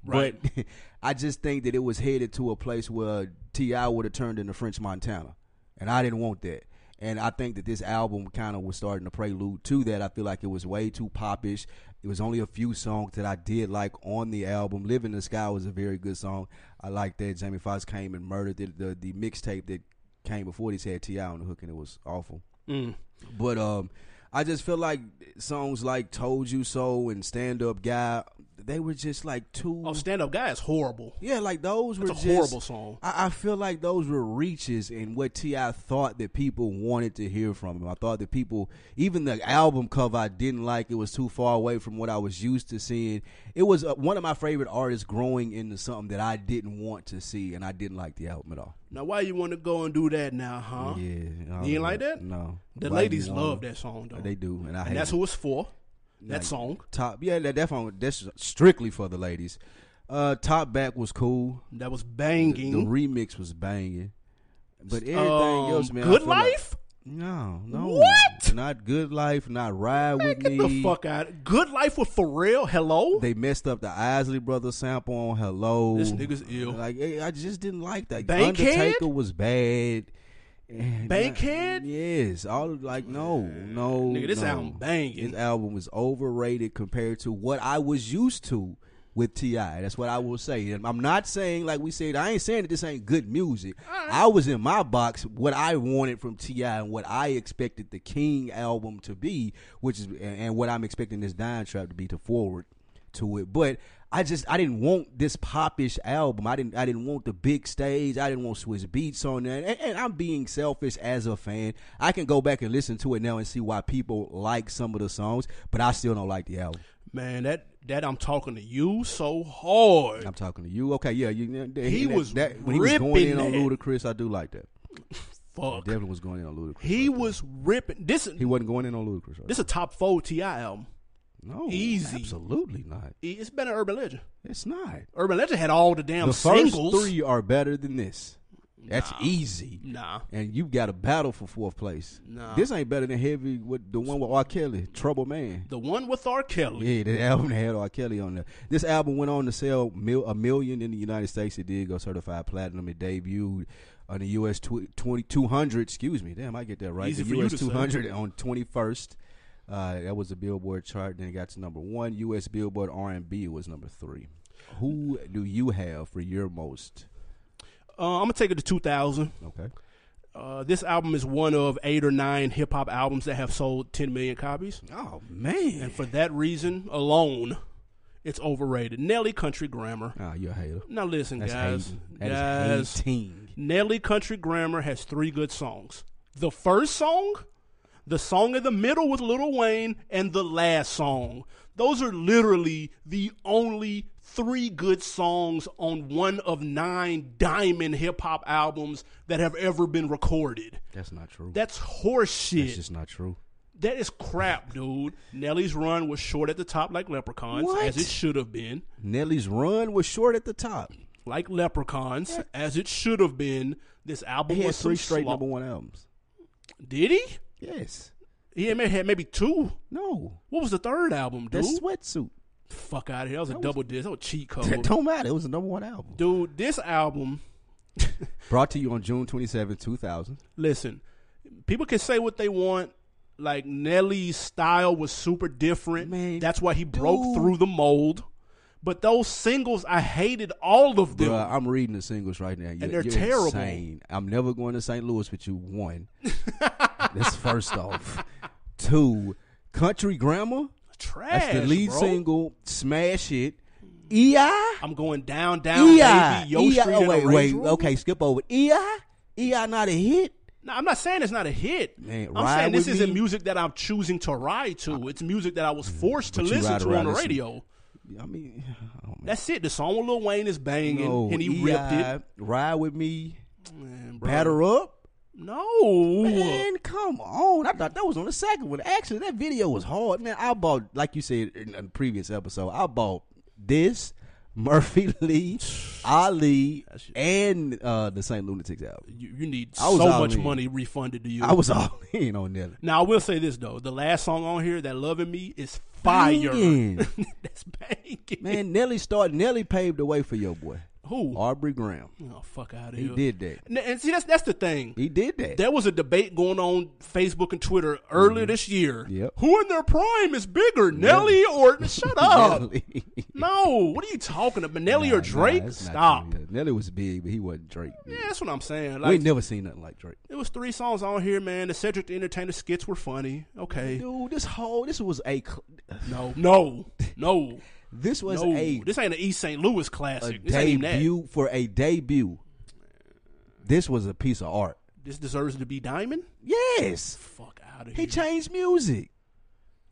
Right.
But I just think that it was headed to a place where Ti would have turned into French Montana, and I didn't want that. And I think that this album kind of was starting to prelude to that. I feel like it was way too popish. It was only a few songs that I did like on the album. "Live in the Sky" was a very good song. I like that. Jamie Foxx came and murdered it. the the mixtape that came before this had Ti on the hook, and it was awful.
Mm.
But um, I just feel like songs like "Told You So" and "Stand Up Guy," they were just like too.
Oh, Stand Up Guy is horrible.
Yeah, like those were
It's a
just,
horrible song.
I, I feel like those were reaches in what Ti thought that people wanted to hear from him. I thought that people, even the album cover, I didn't like. It was too far away from what I was used to seeing. It was uh, one of my favorite artists growing into something that I didn't want to see, and I didn't like the album at all.
Now, why you want to go and do that now, huh?
Yeah, I
You ain't
don't
like
know.
that?
No,
The
Why you
ladies
wanna-
love that song, though.
They do, and I hate
and that's
it.
who it's for. That
Like-
song.
top. Yeah, that that phone, that's strictly for the ladies. Uh, top back was cool.
That was
The,
banging.
the remix was banging, but everything
Um,
else, man. I
Good
feel like-
Life?
No, no.
What?
Not good life. Not ride with
Get
me.
the fuck out. Good Life with Pharrell? Hello?
They messed up the Isley Brothers sample on "Hello."
This nigga's ill.
Like eh, I just didn't like that.
Bankhead?
Undertaker was bad. And,
Bankhead?
uh, yes. All of- like no, no.
Nigga, this
no.
album banging.
This album was overrated compared to what I was used to with Ti. That's what I will say. And I'm not saying like we said. I ain't saying that this ain't good music. I was in my box what I wanted from Ti and what I expected the King album to be, which is and, and what I'm expecting this Dime Trap to be to forward to it. But I just I didn't want this popish album. I didn't I didn't want the big stage. I didn't want Swiss beats on there. And, and I'm being selfish as a fan. I can go back and listen to it now and see why people like some of the songs, but I still don't like the album.
man, that, that I'm talking to you so hard.
I'm talking to you. Okay, yeah, you,
He was
when he was going
ripping
in on
that.
Ludacris. I do like that.
fuck.
Definitely was going in on Ludacris.
He was ripping. This
He wasn't going in on Ludacris. Right?
this a top four Ti album.
no,
easy.
Absolutely not.
It- It's better than Urban Legend.
It's not.
Urban Legend had all the damn
the
singles.
first three are better than this. That's easy.
Nah.
And you got a battle for fourth place.
Nah.
This ain't better than heavy with the one with R. Kelly, Trouble Man.
The one with R. Kelly.
Yeah, the album that had R. Kelly on there. This album went on to sell mil- a million in the United States. It did go certified platinum. It debuted on the U.S. Tw- 2200. Excuse me. Damn, I get that right.
Easy
the
for you
U.S.
to say.
200 on 21st. Uh, that was the Billboard chart. Then it got to number one. U.S. Billboard R&B was number three. Who do you have for your most?
Uh, I'm gonna take it to 2000.
Okay.
Uh, this album is one of eight or nine hip hop albums that have sold 10 million copies,
Oh man.
and for that reason alone, it's overrated. Nelly Country Grammar.
Oh, you're a hater.
Now listen,
That's
guys.
hating. That
guys,
is hating.
Nelly Country Grammar has three good songs. The first song, the song in the middle with Lil Wayne, and the last song. Those are literally the only three good songs on one of nine diamond hip hop albums that have ever been recorded.
That's not true.
That's horseshit.
That's just not true.
That is crap, dude. Nelly's run was short at the top, like leprechauns,
What?
as it should have been.
Nelly's run was short at the top.
Like leprechauns, as it should have been. This album
He had
was some
three straight
slop.
number one albums.
Did he?
Yes.
He had may- had maybe two.
No.
What was the third album, dude?
That sweatsuit.
Fuck out of here. That was a double disc. That was a cheat code.
don't matter. It was the number one album.
dude, this album,
Brought to you on June twenty seventh, 2000.
listen, people can say what they want. Like Nelly's style was super different.
Man,
That's why he broke
dude.
through the mold. But those singles, I hated all of them.
Bruh, I'm reading the singles right now. You're,
they're
you're
terrible.
Insane. I'm never going to St. Louis with you. One. That's first off. Two. Country Grammar.
Trash.
That's the lead
bro.
single. Smash it. E EI.
I'm going down, down,
EI.
baby. Yo
EI.
Street
Oh,
and
wait,
a
wait.
Range Rover.
Okay, skip over. E EI. EI not a hit.
Now, I'm not saying it's not a hit.
Man,
I'm
Ride
saying this
With
isn't
Me- Mm,
music that I'm choosing to ride to. It's music that I was forced to
But you
listen
ride
to
around
on the
listening.
radio.
I mean, I don't
That's it. The song with Lil Wayne is banging,
know.
and he
EI,
ripped it.
Ride with me.
Man, bro.
Batter up.
No,
Man, come on. I thought that was on the second one. Actually, that video was hard. Man, I bought, like you said in a previous episode, I bought this, Murphy Lee, Ali, and uh, the St. Lunatics album.
you, you need
I was
so
all
much
in.
money refunded to you.
I was all in on that.
now I will say this though: the last song on here, "That Loving Me," is fire.
Banging.
That's banging.
Man, Nelly started, Nelly paved the way for your boy,
Who?
Aubrey Graham.
oh, fuck out of
He
here.
did that.
N- And see, that's that's the thing.
He did that.
There was a debate going on Facebook and Twitter earlier this year.
Mm-hmm. Yep.
Who in their prime is bigger, Nelly or shut up?
Nelly.
No, what are you talking about, Nelly
Nah,
or
nah,
Drake?
that's not
Stop.
true. Nelly was big, but he wasn't Drake.
Yeah, that's what I'm saying.
we
Like,
ain't never seen nothing like Drake.
It was three songs on here, man. The Cedric the Entertainer skits were funny. Okay.
Dude, this whole this was a cl-
No. No. No.
this was
no.
a,
This ain't an East St. Louis
a
classic. this ain't even that.
debut for a debut. This was a piece of art.
This deserves to be Diamond?
Yes,
Fuck out of
he
here.
changed music.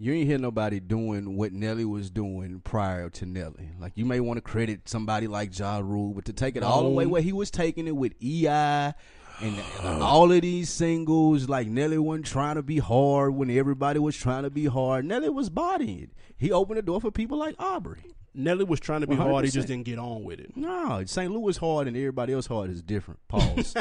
You ain't hear nobody doing what Nelly was doing prior to Nelly. Like you may want to credit somebody like Ja Rule, but to take it all the way
No.
where he was taking it with EI and all of these singles, like Nelly wasn't trying to be hard when everybody was trying to be hard. Nelly was bodying it. He opened the door for people like Aubrey.
Nelly was trying to be hard. He
100%.
just didn't get on with it.
No, St. Louis hard and everybody else hard is different. Pause.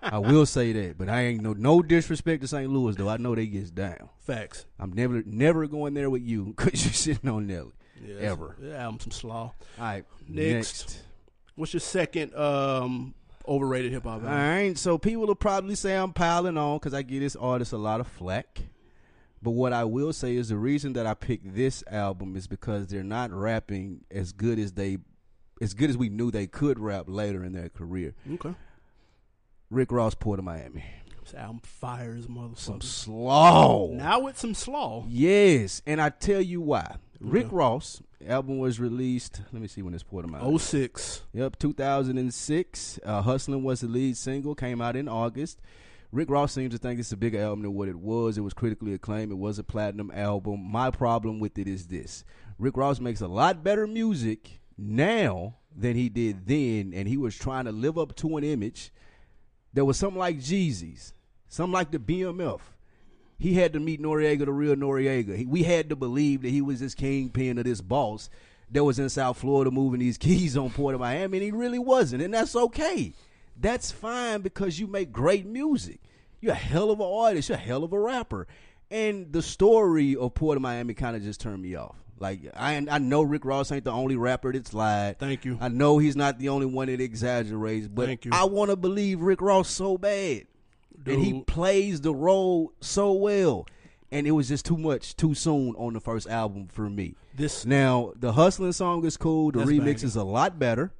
I will say that, but I ain't no no disrespect to St. Louis though. I know they gets down.
Facts.
I'm never never going there with you because you're sitting on Nelly.
Yeah, that's-
Ever.
That album some slaw.
All right,
Next. What's your second um overrated hip hop
All
album?
right, so people will probably say I'm piling on because I give this artist a lot of flack. But what I will say is the reason that I picked this album is because they're not rapping as good as they, as good as we knew they could rap later in their career.
Okay.
Rick Ross, Port of Miami.
This album fires
Some
motherfucker.
slow.
Now it's some slaw.
Yes, and I tell you why. Rick Ross album was released. Let me see when it's poured in my.
06.
Yep, 2006. Uh, Hustling was the lead single. Came out in August. Rick Ross seems to think it's a bigger album than what it was. It was critically acclaimed. It was a platinum album. My problem with it is this: Rick Ross makes a lot better music now than he did then, and he was trying to live up to an image. There was something like Jeezy's. Some like the BMF. He had to meet Noriega, the real Noriega. He, we had to believe that he was this kingpin or this boss that was in South Florida moving these keys on Port of Miami, and he really wasn't, and that's okay. That's fine because you make great music. You're a hell of an artist. You're a hell of a rapper. And the story of Port of Miami kind of just turned me off. Like I, I know Rick Ross ain't the only rapper that's lied.
Thank you.
I know he's not the only one that exaggerates, but
Thank you.
I want to believe Rick Ross so bad, and he
Dude.
plays the role so well. And it was just too much too soon on the first album for me.
This-
now the hustling song is cool. The
That's
remix
banging.
is a lot better.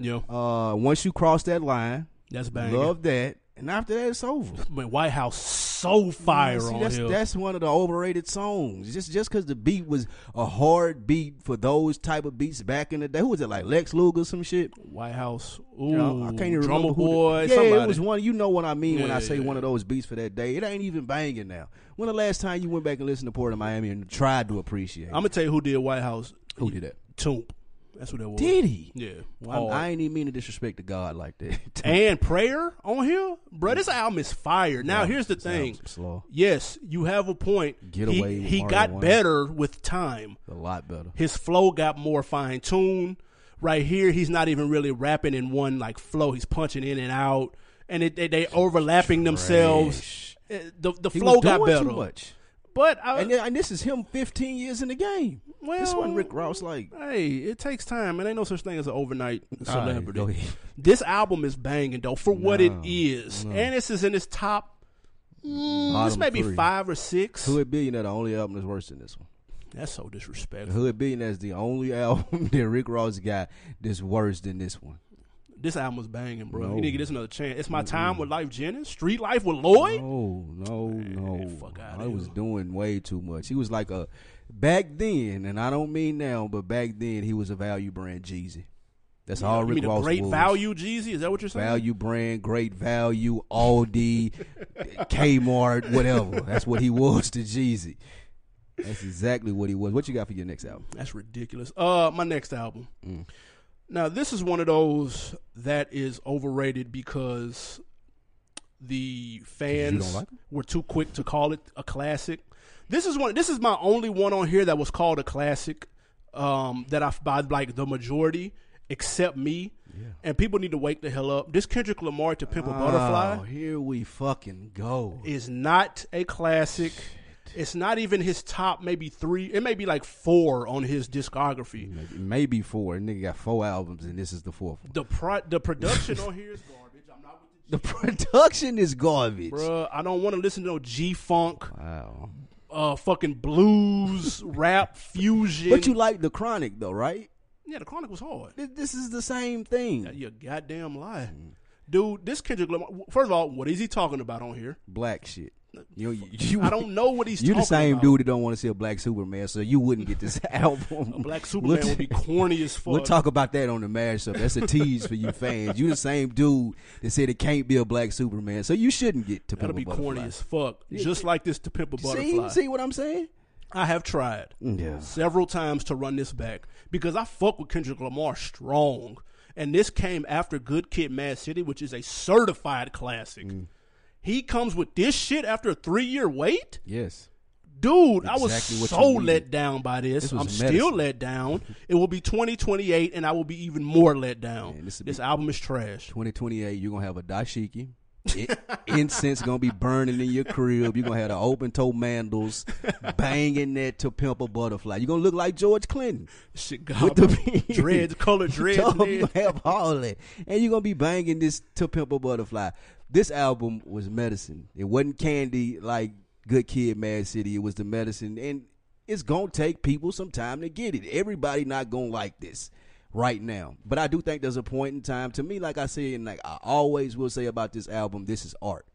Yeah,
Uh, once you cross that line,
that's bad.
love that, and after that it's over.
Man, White House so fire
See,
on
that's,
here.
that's one of the overrated songs. Just just because the beat was a hard beat for those type of beats back in the day. Who was it like Lex Luger or some shit?
White House. Ooh,
You know, I can't even
Drummer
remember who. the-
Boy.
yeah,
somebody.
it was one. You know what I mean when
Yeah,
I say
yeah,
one of those beats for that day. It ain't even banging now. When the last time you went back and listened to Port of Miami and tried to appreciate? it?
I'm gonna tell you who did White House.
who did that?
Toomp. That's what that was.
Did he?
Yeah.
I'm-
Hard.
I ain't even mean to disrespect the God like that.
and prayer on here, bro.
Mm.
This album is fire. Now here's the thing.
album's slow.
Yes, you have a point.
Get
he,
Away with
He
Mario
got
Winans.
better with time.
a lot better.
His flow got more fine tuned. Right here, he's not even really rapping in one like flow. He's punching in and out, and it, they they overlapping themselves. Uh, The the
He
flow
was
got
doing
better.
too much.
But I,
And, and this is him 15 years in the game. this
Well,
one Rick Ross like
Hey, it takes time, and ain't no such thing as an overnight celebrity.
go ahead.
this album is banging though for what it is, and this is in its top. mm, this
Bottom
may be
three.
five or six.
Hood Billionaire, the only album that's worse than this one.
That's so disrespectful.
Hood Billionaire is the only album that Rick Ross got that's worse than this one.
This album was banging, bro.
No.
You need to get this another chance. It's my time with Life Jennings, Street Life with Lloyd.
No, no, no.
fuck outta
I was
here.
doing way too much. He was like a back then, and I don't mean now, but back then he was a value brand Jeezy. That's all
you
Rick
mean a
Ross
great
was.
value, Jeezy? Is that what you're saying?
Value brand, great value, Aldi, Kmart, whatever. That's what he was to Jeezy. That's exactly what he was. What you got for your next album?
That's ridiculous. Uh, my next album. Now this is one of those that is overrated because the fans
like
were too quick to call it a classic. This is one. This is my only one on here that was called a classic. Um, that I by like the majority except me. And people need to wake the hell up. This Kendrick Lamar to Pimp a
Oh,
Butterfly
here we fucking go.
is not a classic. It's not even his top maybe three. It may be like four on his discography.
Maybe four. Nigga got four albums, and this is the fourth one.
The pro- the production on here is garbage. I'm not with the
The production is garbage.
Bruh, I don't want to listen to no G funk,
Wow.
uh, fucking blues, rap, fusion.
But you like the Chronic though, right?
yeah, the Chronic was hard.
Th- This is the same thing.
You goddamn lie, dude. This Kendrick Lamar. First of all, what is he talking about on here?
Black shit. You, you, you,
I don't know what he's.
You the
talking
same
about.
dude that don't want to see a black Superman, so you wouldn't get this album.
Black Superman
We'll-
would be corny as fuck.
We'll talk about that on the mashup. That's a tease for you fans. You the same dude that said it can't be a black Superman, so you shouldn't get to
That'll
Pimp a
be corny
Butterfly.
as fuck. Just like this to Pimp a Butterfly.
See, see what I'm saying?
I have tried.
Yeah.
several times to run this back because I fuck with Kendrick Lamar strong. And this came after Good Kid Mad City, which is a certified classic.
Mm.
He comes with this shit after a three year wait?
Yes.
Dude, I was
Exactly what
so
you needed.
let down by this.
This
I'm
was
still
medicine.
let down. It will be 2028, and I will be even more let down.
Man,
this
this'll
album is trash.
2028, you're gonna have a dashiki. In- Incense gonna be burning in your crib. You're gonna have the open toe mandals banging that to pimp a butterfly. You're gonna look like George Clinton.
Shit,
With
God,
the
dreads, colored dreads.
Dog,
man.
you gonna have all that, and you're gonna be banging this to pimp a butterfly. This album was medicine. It wasn't candy like Good Kid, Mad City. It was the medicine, and it's gonna take people some time to get it. Everybody not gonna like this right now, but I do think there's a point in time. To me, like I say, and like I always will say about this album, this is art.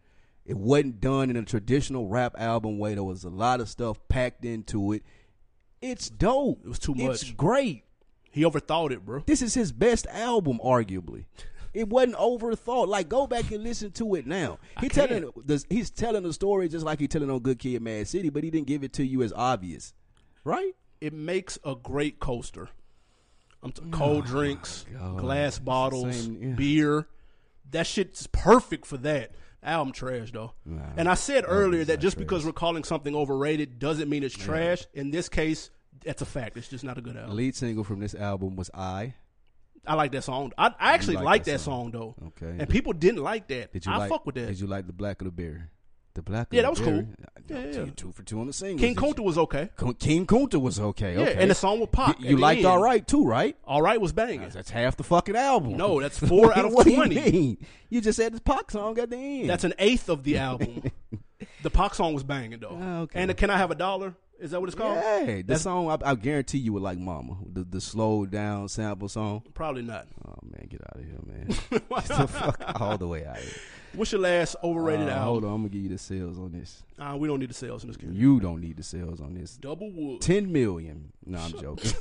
It wasn't done in a traditional rap album way. There was a lot of stuff packed into it. It's dope. It
was too
It's
much.
great.
He overthought it, bro.
This is his best album, arguably. It wasn't overthought. Like go back and listen to it now. He telling the, he's telling the story just like he telling on Good Kid, Mad City, but he didn't give it to you as obvious, right?
it makes a great coaster. I'm t-
Oh
cold drinks, glass bottles,
same- yeah.
beer. That shit's perfect for that. Album trash though. and I said earlier that just because we're calling something overrated doesn't mean it's trash. In this case, that's a fact. It's just not a good album.
Lead single from this album was "I."
I like that song. I, I actually
like
like,
that
that, song.
song.
though.
Okay.
And people didn't like that.
Did you
I
like,
fuck with that.
Did you like the black of the beer? The black. Of
Yeah,
the
that was
Bear?
cool.
I- I-
Yeah, yeah.
Two for two on the singles.
King
Did you-
Kunta was okay.
Kun- King Kunta was okay.
Yeah,
okay.
and the song with Pac
You,
at the
liked
end.
all right too, right?
All right was banging.
That's half the fucking album.
No, that's four out of
What do you
20.
mean? You just said this Pac song at the end.
That's an eighth of the album. the Pac song was banging though.
Ah, okay.
And the Can I Have a Dollar? Is that what it's called?
Hey, the song I, I guarantee you would like Mama. The the slow down sample song.
Probably not.
Oh man, get out of here, man. Get the fuck all the way out of here.
What's your last overrated
Uh,
album?
hold on, I'm gonna give you the sales on this.
Uh, we don't need the sales in this game.
You don't need the sales on this.
Double Wood.
Ten million. No, I'm joking.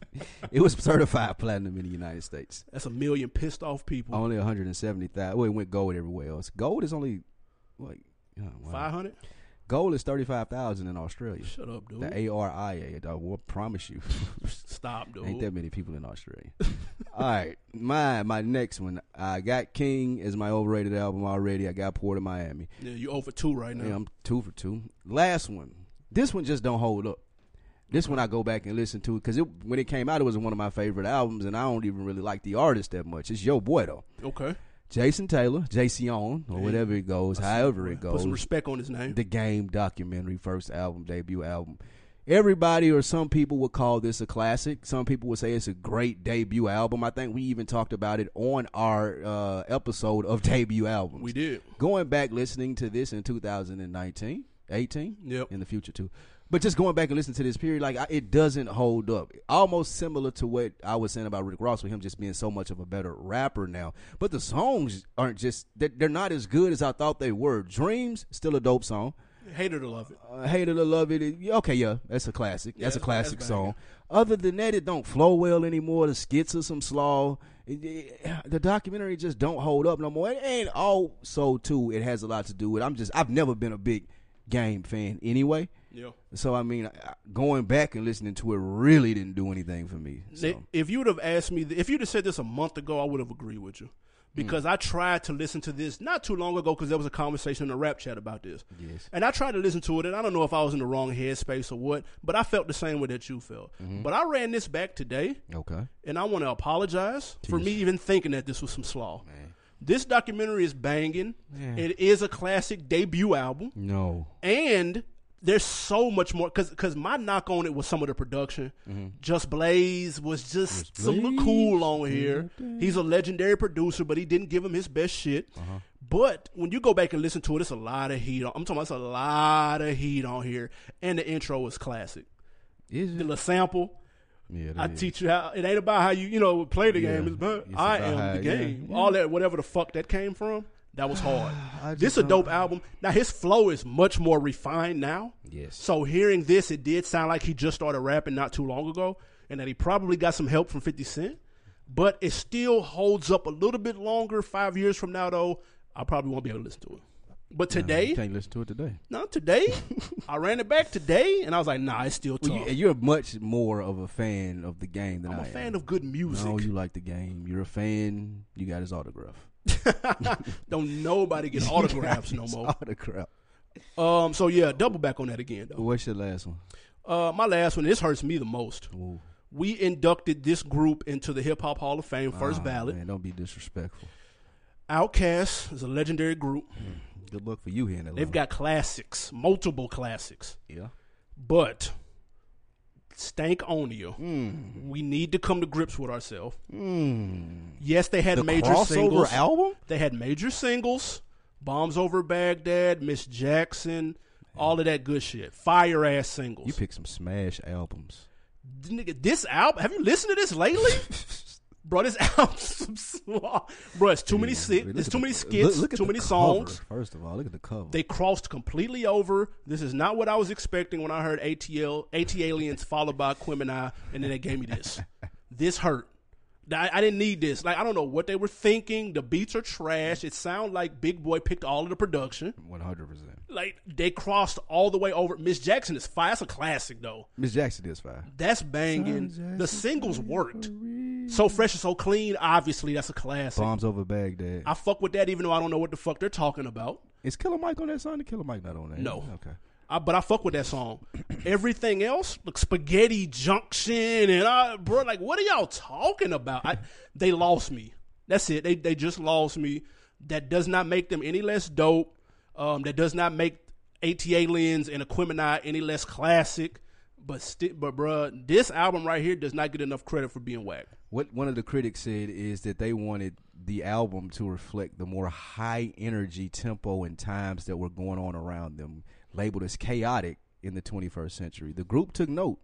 it was certified platinum in the United States.
That's a million pissed off people.
Only 170,000. Well, it went gold everywhere else. Gold is only like oh, wow.
Five hundred.
Gold is 35,000 in Australia.
Shut up, dude.
The ARIA, I will promise you.
Stop, dude.
Ain't that many people in Australia. All right, my my next one. I got King is my overrated album already. I got Port of Miami.
yeah, you over two right now.
Yeah, I'm two for two. Last one. This one just don't hold up. This one I go back and listen to because it, when it came out, it was one of my favorite albums, and I don't even really like the artist that much. It's Yo Boy though,
Okay.
Jason Taylor, JC On, or whatever it goes, however it
Put
goes.
some respect on his name.
The Game documentary, first album, debut album. Everybody or some people would call this a classic. Some people would say it's a great debut album. I think we even talked about it on our uh, episode of debut albums.
we did.
Going back listening to this in 2019, 18,
Yep.
in the future too. But just going back and listening to this period, like I, it doesn't hold up. Almost similar to what I was saying about Rick Ross with him just being so much of a better rapper now. But the songs aren't just they're, they're not as good as I thought they were. Dreams still a dope song.
Hated to love it.
Uh, Hate it or love it, it- yeah, okay, yeah, that's a classic. that's a
that's-
classic
that's
song. Other than that, it don't flow well anymore. The skits are some slaw. It- it- the documentary just don't hold up no more. And- And also too, it has a lot to do with. I'm just I've never been a big game fan anyway.
Yeah.
So I mean, I- I- going back and listening to it really didn't do anything for me.
Th-
So,
If you would have asked me, th- if you'd have said this a month ago, I would have agreed with you. Because
Mm.
I tried to listen to this not too long ago because there was a conversation in the rap chat about this.
Yes.
And I tried to listen to it, and I don't know if I was in the wrong headspace or what, but I felt the same way that you felt.
Mm-hmm.
But I ran this back today,
okay,
and I want to apologize for me even thinking that this was some slaw.
Man.
This documentary is banging.
Yeah.
It is a classic debut album
no,
and there's so much more because because my knock on it was some of the production. Just Blaze was just some look cool on here. He's a legendary producer, but he didn't give him his best shit. But when you go back and listen to it, it's a lot of heat. On, I'm talking about it's a lot of heat on here, and the intro is classic.
is
The
it?
little sample.
Yeah,
I
that is.
teach you how it ain't about how you you know play the game, it's about
It's
I
about
am
how-
the
yeah,
game.
yeah.
All that whatever the fuck that came from, that was hard.
I
this
just
a dope album. Now his flow is much more refined now.
Yes.
So hearing this, it did sound like he just started rapping not too long ago, and that he probably got some help from Fifty Cent. But it still holds up a little bit longer. Five years from now, though, I probably won't be able to listen to it. But today,
You can't listen to it today.
no, today, I ran it back today, and I was like, nah, it's still tough.
Well, you, you're much more of a fan of the game than
I'm
I
a
am.
fan of good music.
No, you like the game. You're a fan. You got his autograph.
Don't nobody get autographs no
His
more.
Autograph.
Um, so yeah, double back on that again though.
What's your last one? Oh,
Uh, my last one. This hurts me the most.
Ooh,
We inducted this group into the Hip Hop Hall of Fame first
ah,
ballot.
Man, don't be disrespectful.
Outkast is a legendary group.
Good luck for you here in Atlanta.
They've got classics, multiple classics,
yeah.
but Stank on you.
Mm.
We need to come to grips with ourselves. Yes, they had
Hmm. The
major
crossover
singles.
album.
They had major singles, Bombs Over Baghdad, Miss Jackson, all of that good shit. Fire ass singles.
You pick some smash albums.
Nigga, this album. Have you listened to this lately, bro? This album, bro. It's too many
I
skits.
mean, look
It's
at
too
the-
many
look-
skits.
look at
too
the
many
cover,
songs.
First of all, look at the cover.
They crossed completely over. This is not what I was expecting when I heard ATL, AT Aliens followed by Quim and I, and then they gave me this. this hurt. I, I didn't need this. Like I don't know what they were thinking. The beats are trash. It sounds like Big Boy picked all of the production.
One hundred percent.
Like they crossed all the way over. Miss Jackson is fire. That's a classic though.
Miss Jackson is fire.
That's banging. The singles worked. So fresh and so clean. Obviously, that's a classic.
Bombs over Baghdad.
I fuck with that, even though I don't know what the fuck they're talking about.
Is Killer Mike on that song? The Killer Mike not on that.
No.
Okay.
I, but I fuck with that song. Everything else, like Spaghetti Junction, and I, bro, like, what are y'all talking about? I, they lost me. That's it. They they just lost me. That does not make them any less dope. Um, that does not make ATA Lens and Equimini any less classic. But sti- but bro, this album right here does not get enough credit for being whack.
What one of the critics said is that they wanted the album to reflect the more high energy tempo and times that were going on around them, labeled as chaotic in the 21st century. The group took note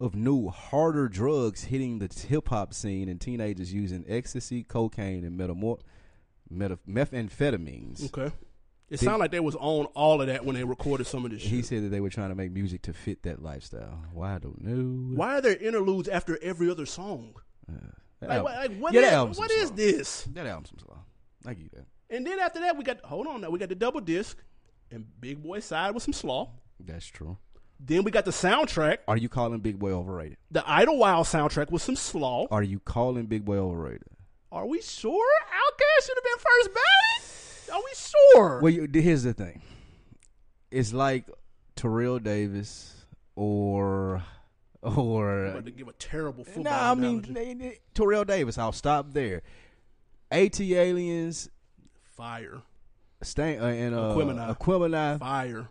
of new, harder drugs hitting the hip hop scene and teenagers using ecstasy, cocaine, and metamor- meta- methamphetamines.
Okay, it sounded like they was on all of that when they recorded some of this shit.
He said that they were trying to make music to fit that lifestyle. Why I don't know.
Why are there interludes after every other song?
That
Like,
album-
what- like what
Yeah, that
is-
album's
what
some
is
slow.
this?
That album's some slow. I give you that.
And then after that, we got hold on now. We got the double disc and Big Boy side with some slaw.
That's true.
Then we got the soundtrack,
Are you calling Big Boy overrated?
the Idlewild soundtrack with some slaw.
Are you calling Big Boy overrated?
Are we sure Outkast should have been first base? Are we sure?
Well, you, here's the thing. It's like Terrell Davis or
I'm
or
about to give a terrible football.
no, I mean
analogy.
they- they- Terrell Davis. I'll stop there. AT Aliens,
fire,
Stan, uh, and uh,
Aquemini.
Aquemini,
fire.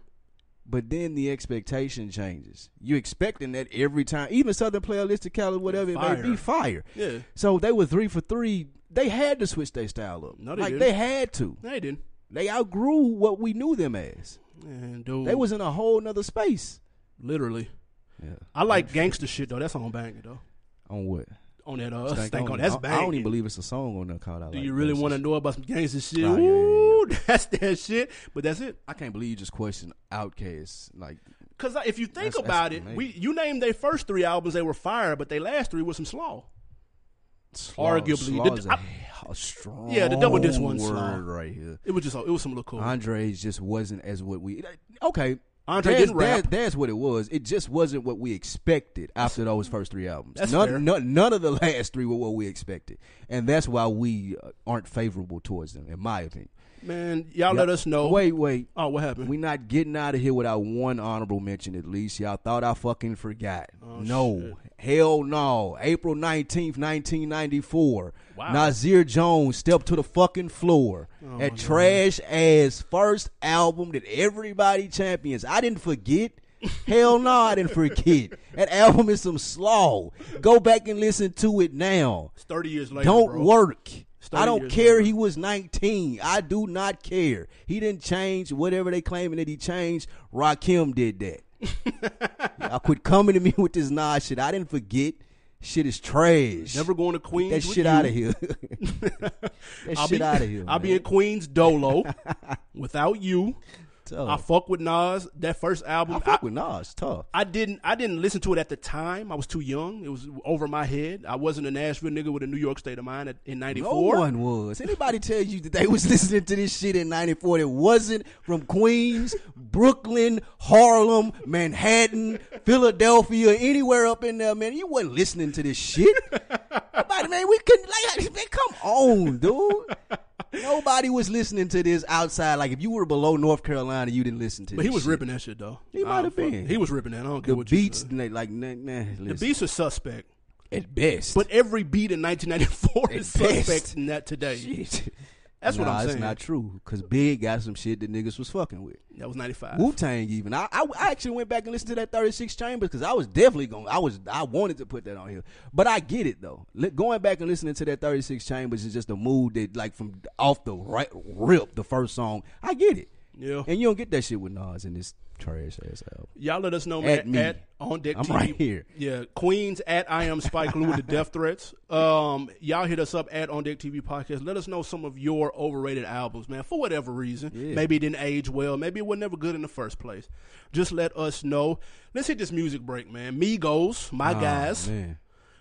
But then the expectation changes. You expecting that every time, even Southern Playlist of Cali, whatever it may be, fire.
Yeah.
So they were three for three. They had to switch their style up.
No, they
like
didn't.
they had to.
No, they didn't.
They outgrew what we knew them as.
And dude,
They was in a whole nother space.
literally.
Yeah.
I like gangster shit though. That's on banger though.
On what?
On that uh, stank, on.
it.
That's
I, I don't even
banging.
believe it's a song on there called. I
Do you really want to
to?
know about some gangster shit?
Ah, yeah, yeah, yeah.
Ooh, that's that shit. But that's it.
I can't believe you just questioned Outkast. Like
Because if you think
That's- that's
about it, we
amazing.
you named their first three albums, they were fire, but they last three was some slaw.
slaw,
Arguably,
slaw
the-
is a
I-
hell- a strong
Yeah, the double disc one's
word
slaw.
right here.
It was just it was some little cool.
Andre's just wasn't as what we okay.
Andre
that's,
didn't rap.
that- that's what it was. It just wasn't what we expected after those first three albums.
That's
none,
fair.
none, none of the last three were what we expected, and that's why we uh, aren't favorable towards them, in my opinion.
Man, y'all let us know.
Wait, wait,
oh, what happened?
we not getting out of here without one honorable mention at least. Y'all thought I fucking forgot. no. Hell no. April 19th, 1994.
Wow.
Nazir Jones stepped to the fucking floor. that trash ass first album that everybody champions. I didn't forget. Hell no, I didn't forget. That album is some slaw. Go back and listen to it now.
it's Thirty years later,
Don't
bro.
work.
Study
I don't
years
care.
later.
He was 19. I do not care. He didn't change whatever they claiming that he changed. Rakim did that. I quit coming to me with this Nas shit. I didn't forget. Shit is trash.
Never going to Queens.
that
with
shit
you.
out of here. that
I'll
shit
be
out of here.
I'll be in
man.
Queens Dolo without you. I
tough.
fuck with Nas. That first album,
I
I,
fuck with Nas. Tough.
I didn't I didn't listen to it at the time. I was too young. It was over my head. I wasn't a Nashville nigga with a New York state of mind at, in
No
'94.
one was. Anybody tell you that they was listening to this shit in '94 that wasn't from Queens, Brooklyn, Harlem, Manhattan, Philadelphia, anywhere up in there, man? You wasn't listening to this shit. Nobody, man, we couldn't. Like, man, come on, dude. Nobody was listening to this outside. Like, if you were below North Carolina, you didn't listen to.
But
this
he was
shit.
ripping that shit though.
He
I
might
don't
have
fuck-
been.
He was ripping that. I don't care
the
what
beats.
You
They, like, nah, nah, listen,
said. The beats are suspect.
at best,
But every beat in 1994 is
At best.
suspect in that today.
shit.
That's what
Nah,
I'm
It's
saying.
not true because Big got some shit that niggas was fucking with.
That was 95.
Wu Tang even. I, I I actually went back and listened to that 36 Chambers because I was definitely going. I was I wanted to put that on here, but I get it though. Li- going back and listening to that 36 Chambers is just a mood that like from off the right rip the first song. I get it,
Yeah.
and you don't get that shit with Nas in this trash ass album.
Y'all let us know, man.
At me.
on deck.
I'm
TV.
right here.
Yeah, Queens at I am Spike Lee with the death threats. Um, y'all hit us up at on deck TV podcast. Let us know some of your overrated albums, man. For whatever reason,
Yeah.
maybe it didn't age well. Maybe it was never good in the first place. Just let us know. Let's hit this music break, man. Migos, my guys.
man.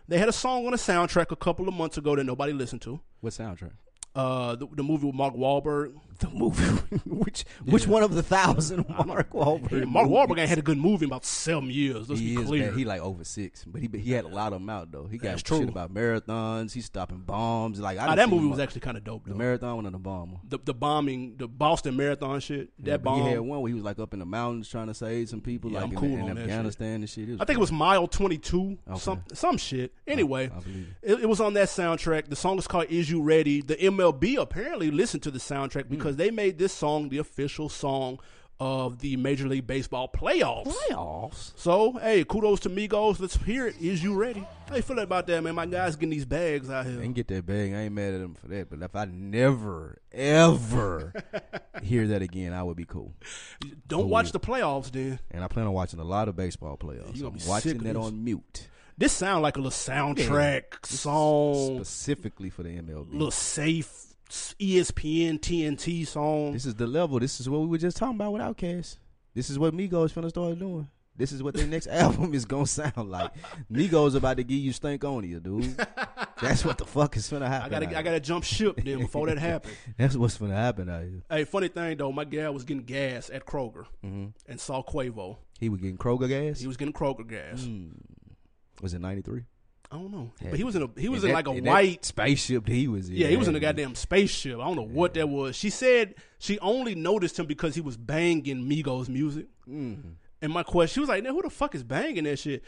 They had a song on a soundtrack a couple of months ago that nobody listened to.
What soundtrack?
Uh, the, the movie with Mark Wahlberg.
The movie, which which one of the thousand Mark Wahlberg?
Mark
movies?
Wahlberg ain't had a good movie in about seven years. Let's
He
be
is
clear.
bad. He like over six, but he he had a lot of them out though. He got
That's
shit
true.
about marathons. He's stopping bombs. Like I
Ah,
done
that
seen
movie
him
was
out.
actually kind of dope
the
though.
marathon one and the bomb. one.
the, the bombing, the Boston Marathon shit. That
But
bomb.
He had one where he was like up in the mountains trying to save some people,
Yeah,
like
I'm
in,
cool
in
on that shit.
Afghanistan and shit. It was
I think it was Mile 22,
Okay.
some some shit. Anyway,
I believe
it, it was on that soundtrack. The song is called "Is You Ready." The MLB apparently listened to the
Hmm.
soundtrack because they made this song the official song of the Major League Baseball playoffs.
playoffs.
So, hey, kudos to Migos. Let's hear it. Is you ready? How you feeling about that, man? My guys getting these bags out
They
here.
can get that bag. I ain't mad at him for that. But if I never ever hear that again, I would be cool.
Don't watch the playoffs, then.
And I plan on watching a lot of baseball playoffs.
You gonna
I'm
be
watching
sick of
that
this.
on mute,
This sound like a little soundtrack song,
specifically for the MLB.
little safe E ESPN TNT song.
This is the level. This is what we were just talking about with Outkast. This is what Migos finna start doing. This is what their next album is gonna sound like. Migos about to give you stink on you, dude. That's what the fuck is finna happen.
I gotta,
out
I
here.
gotta jump ship then before that happens.
That's what's finna happen out here.
Hey, funny thing though, my guy was getting gas at Kroger and saw Quavo.
He was getting Kroger gas.
Mm-hmm. He was mm. getting Kroger gas.
was it '93?
I don't know,
Mm. Yeah.
but he was in a, he was in
And that-
like a
and that
white
spaceship. He was in.
Yeah, he was in a
That-
goddamn spaceship. I don't know what that was. She said she only noticed him because he was banging Migos music. mm. And my question, she was like, "Now who the fuck is banging that shit?"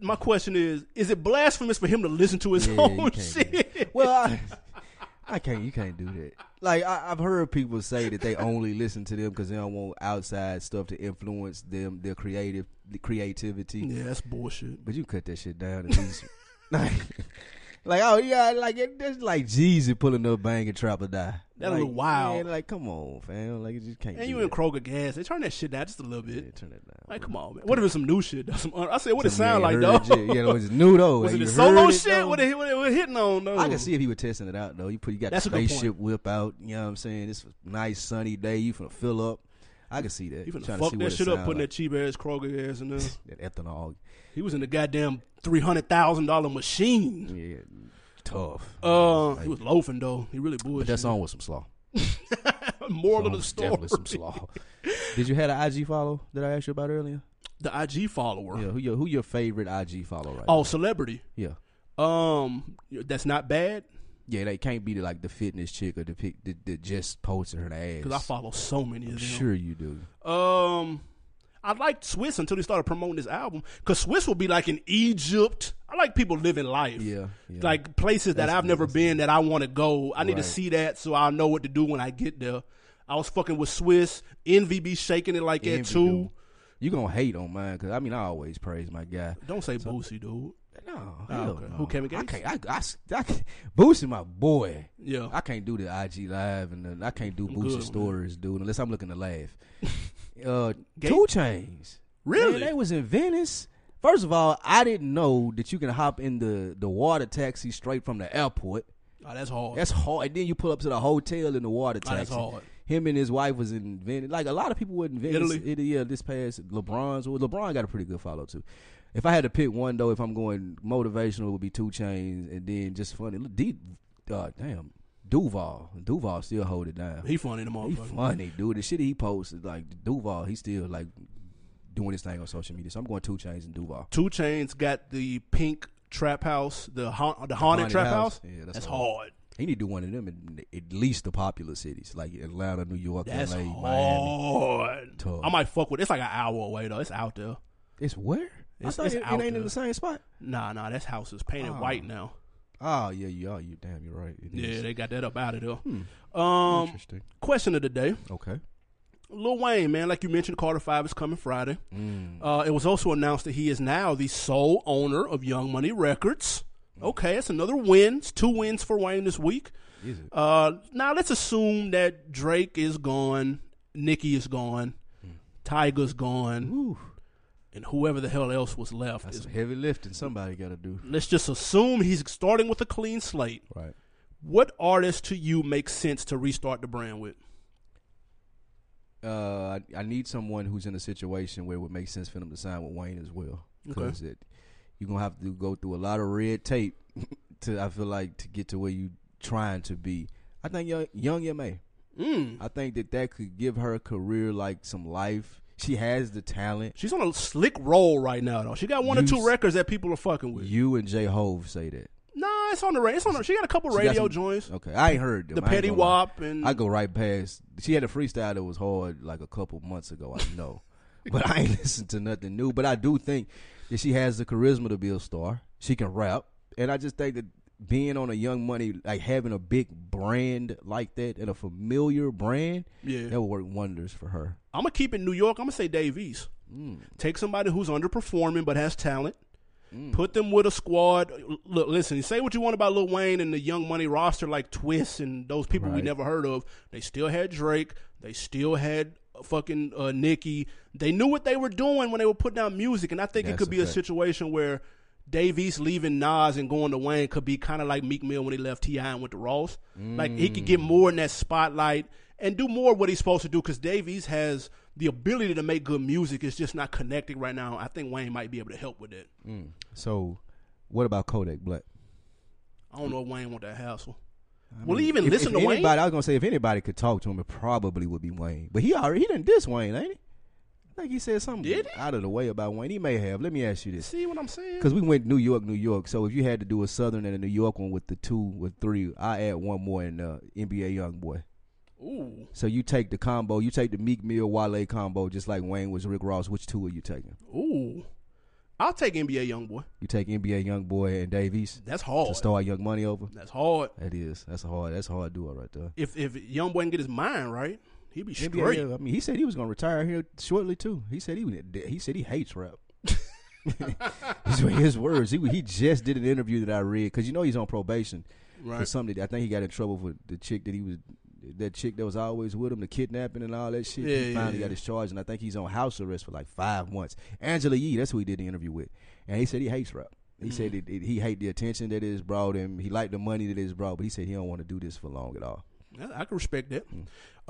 My question is, is it blasphemous for him to listen to his
Yeah, you
own
can't do that.
Oh, shit?
Well, I, I can't. You can't do that. Like I, I've heard people say that they only listen to them because they don't want outside stuff to influence them, their creative, the creativity.
Yeah, that's bullshit.
But you cut that shit down at least. like, like, oh yeah, like it, that's like Jeezy pulling up banging trap or die.
That a
like,
little wild.
yeah, like come on, fam. Like you just can't.
And
do
you
that.
in Kroger gas? They turn that shit down just a little
Yeah,
bit.
turn that down.
Like,
bro.
come on, man. What if it's some new shit? though? Some, I said, what it
Some man
sound like,
heard
though?
that shit. Yeah, it was new though.
Was
Have
it
you
the solo
heard it,
shit?
though?
What it, what it was hitting on though?
I can see if he was testing it out though. You put you got
Oh. That's a
the
good point.
spaceship whip out. You know what I'm saying? This was a nice sunny day. You finna fill up. I can see that.
You finna
Tryna
fuck
see
that
what it
shit up,
sound
putting
like.
that cheap ass Kroger gas in there.
that, ethanol.
He was in the goddamn three hundred thousand dollar machine.
Yeah, tough.
Uh, he was loafing though. He really bullshit.
but that song was some slaw.
Moral of
Song
the
was
story:
Definitely some slaw. Did you have an IG follow that I asked you about earlier?
the IG follower.
Yeah. Who your who your favorite IG follow right?
Oh, celebrity.
now? yeah.
Um, that's not bad
Yeah, they can't be like the fitness chick or the pic that, that just posted her ass.
because I follow so many of them.
sure you do.
Um, I liked Swiss until they started promoting this album because Swiss will be like in Egypt. I like people living life.
Yeah, yeah.
Like places that I've never been that I want to go. I need
Right.
to see that so I know what to do when I get there. I was fucking with Swiss. Envy be shaking it like
Envy,
at two.
dude. You gonna hate on mine because I mean I always praise my guy.
Don't say Boosie, dude.
No,
Oh,
hell
okay.
no.
Who, Kevin
I
Gates?
can't. I, I, I can't- Boosie, my boy.
Yeah.
I can't do the IG live and the, I can't do
good,
Boosie
man.
stories, dude. Unless I'm looking to laugh. uh,
Gate-
two chains.
Really?
Man, they was in Venice. First of all, I didn't know that you can hop in the, the water taxi straight from the airport.
Oh, that's hard.
That's hard. And then you pull up to the hotel in the water
Oh,
taxi.
that's hard.
Him and his wife was in Venice. Like a lot of people were in Venice.
Italy?
Italy, yeah, this past LeBron's. Well, LeBron got a pretty good follow too. If I had to pick one though, if I'm going motivational, it would be Two Chains, and then just funny. Look, D, uh, damn, Duval. Duval still hold it down.
He funny the
He
motherfucker.
funny, dude. The shit he posts is like Duval. He still like doing his thing on social media. So I'm going Two Chains and Duval.
Two Chains got the pink trap house, the haunt, the, haunted, trap house.
Yeah, that's,
That's
hard.
hard.
He need to do one of them in at least the popular cities like Atlanta, New York,
That's
LA, Miami.
hard.
Tough.
I might fuck with. It's like an hour away though. It's out there.
It's where?
It's-
I thought
it's
it, it
out
ain't
there.
in the same spot.
Nah, nah. That's house is painted
Oh.
white now.
Oh yeah, you are. You damn, you're right. It
Yeah,
is. Hmm,
they got that up out of there. Um,
interesting.
question of the day:
Okay.
Lil Wayne, man, like you mentioned, Carter Five is coming
Mm.
Friday. Uh, it was also announced that he is now the sole owner of Young Money Records.
Mm.
Okay, that's another win. It's two wins for Wayne this week.
Is it?
Uh, now let's assume that Drake is gone, Nicki is gone,
Mm.
Tiger's gone,
Whew.
and whoever the hell else was left.
That's
Is,
some heavy lifting somebody got to do.
let's just assume he's starting with a clean slate.
Right.
What artist to you makes sense to restart the brand with?
Uh, I, I need someone who's in a situation where it would make sense for them to sign with Wayne as well,
Okay.
because it, you're gonna have to go through a lot of red tape to I feel like to get to where you trying to be. I think young, young MA.
Mm.
I think that that could give her career like some life. She has the talent.
She's on a slick roll right now, though. She got one or
You
two
s-
records that people are fucking with.
You and J Hove say that.
nah, it's on the radio. It's on. The, she got a couple
She got
radio
some-
joints.
Okay, I ain't heard them.
The
I ain't
Petty
gonna lie.
Wop and
I go right past. She had a freestyle that was hard like a couple months ago. I know, but I ain't listened to nothing new. But I do think that she has the charisma to be a star. She can rap, and I just think that being on a Young Money, like having a big brand like that and a familiar brand,
yeah.
that would work wonders for her.
I'm gonna keep it New York. I'm gonna say Dave East. Take somebody who's underperforming but has talent. Put them with a squad. L- Look, listen. Say what you want about Lil Wayne and the Young Money roster, like Twist and those people we
Right.
never heard of. They still had Drake. They still had uh, fucking uh, Nicki. They knew what they were doing when they were putting out music, and I think it
That's
could
a
be a
fact.
situation where Dave East leaving Nas and going to Wayne could be kind of like Meek Mill when he left Ti and went to Ross. Like he could get
Mm.
more in that spotlight and do more of what he's supposed to do because Dave East has the ability to make good music. It's just not connecting right now. I think Wayne might be able to help with it.
So, what about Kodak Black?
I don't know if Wayne want that hassle.
I
Will he
mean,
even
if-
listen
if
to
anybody,
Wayne?
I was gonna say if anybody could talk to him, it probably would be Wayne. But he already he didn't diss Wayne, ain't he? I think he said something
Did he?
out of the way about Wayne. He may have. Let me ask you this.
See what I'm saying?
Because we went New York, New York. So if you had to do a Southern and a New York one with the two, with three, I add one more in uh, NBA Young Boy.
Ooh,
So you take the combo, you take the Meek Mill Wale combo, just like Wayne was Rick Ross. Which two are you taking?
ooh. I'll take NBA Youngboy.
You take NBA Young Boy and Davies
That's
to
hard.
start Young Money over.
That's hard.
That is. That's a hard. That's a hard duo right there.
If if Youngboy can get his mind right, he'd be
NBA,
straight.
yeah, I mean, he said he was gonna retire here shortly too. He said he was- he said he hates rap. These were his words. He he just did an interview that I read because you know he's on probation for
Right.
something. that- I think he got in trouble for the chick that he was that chick that was always with him, the kidnapping and all that shit.
Yeah,
he
yeah,
finally
yeah.
got his charge, and I think he's on house arrest for like five months. Angela Yee, that's who he did the interview with, and he said he hates rap. He
Mm.
said it, it- he hate the attention that it's brought him. He liked the money that it's brought, but he said he don't want to do this for long at all.
I, I can respect that.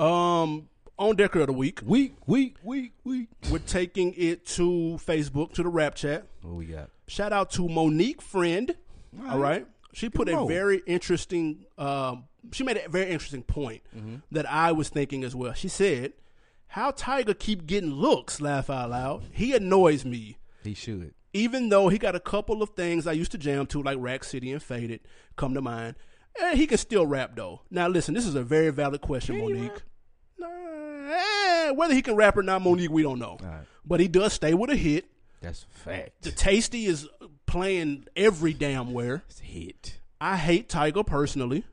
Um, on Decker of the Week,
Week, week, week, week.
we're taking it to Facebook to the rap chat.
What we got?
Shout out to Monique Friend.
All
All right, she put a
Mo.
very interesting. Um, she made a very interesting point that I was thinking as well. She said, "How Tiger keep getting looks? Laugh out loud. He annoys me."
He should.
even though he got a couple of things I used to jam to, like Rack City and Faded, come to mind. And he can still rap though. Now listen, this is a very valid question, Monique. Nah, eh, whether he can rap or not, Monique, we don't know.
right.
But he does stay with a hit.
That's fact.
The Tasty is playing every damn where.
It's hit.
I hate Tiger personally.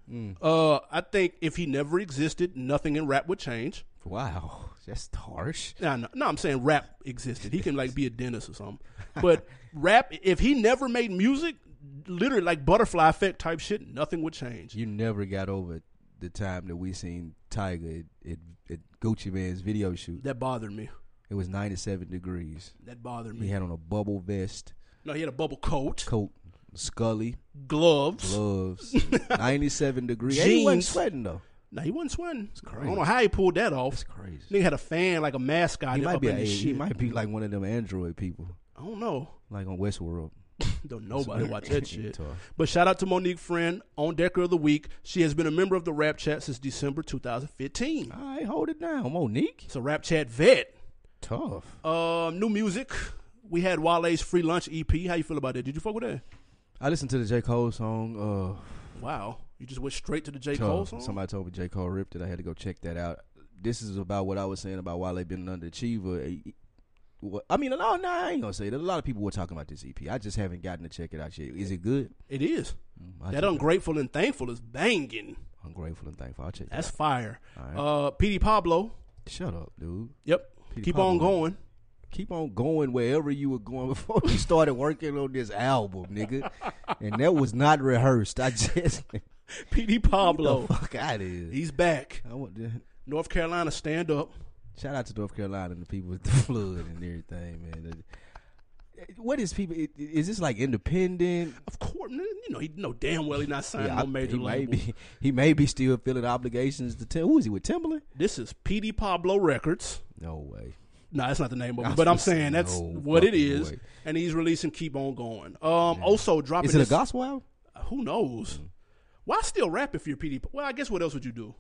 Uh, I think if he never existed, nothing in rap would change.
Wow, that's harsh.
Nah, no, no, I'm saying rap existed. He can like be a dentist or something. But rap, if he never made music, literally like butterfly effect type shit, nothing would change.
You never got over the time that we seen Tiger at, at, at Gucci Man's video shoot.
That bothered me.
It was 97 degrees.
That bothered me.
He had on a bubble vest,
No, he had a bubble coat,
coat, Scully
gloves.
gloves. 97 degrees. And he wasn't
Jeans.
sweating though.
No, he wasn't sweating. I
crazy.
don't know how he pulled that off.
That's crazy.
Nigga had a fan like a mascot.
He might
up
be
in
a,
his
he
shit.
might be like one of them android people,
I don't know.
like on Westworld.
Don't nobody watch that shit.
Tough.
But shout out to Monique Friend on Decker of the Week. She has been a member of the Rap Chat since December 2015.
All right, hold it down, Monique.
It's a Rap Chat vet.
Tough.
Um, new music. We had Wale's free lunch EP. How you feel about that? Did you fuck with that?
I listened to the J Cole song. Uh,
Wow, you just went straight to the J
J.
Cole song.
Somebody told me J. Cole ripped it. I had to go check that out. This is about what I was saying about Wale being an underachiever. Eh, what- I mean, no, no, I ain't gonna say that. A lot of people were talking about this EP. I just haven't gotten to check it out yet. Is it good?
It is
Mm, I
that ungrateful and thankful is banging.
I'm grateful and thankful. I'll check. it
That's fire.
All right.
Uh, PD Pablo.
out. Shut up, dude.
Yep.
P.D.
Keep
Pablo.
on going.
Keep on going wherever you were going before you started working on this album, nigga. and that was not rehearsed. I just get
PD
the
Pablo.
fuck out of here.
He's back.
I want to,
North Carolina, stand up.
Shout out to North Carolina and the people with the flood and everything, man. What is people? i- i- Is this like independent?
Of course, n- you know he know damn well he's not signing
Yeah,
Uh, no
I-
major
he may
label.
be he may be still feeling obligations to Tim. Who is he with Timberland?
This is PD Pablo Records.
No way.
No, that's not the name of
I
it.
was
But I'm
gonna say,
saying that's
no
what it
fucking
is.
way.
And he's releasing Keep On Going. Um, also dropping
Is it a
this-
gospel album?
Who
Mm-hmm.
knows? Why still rap if you're PD? Well, I guess what else would you do?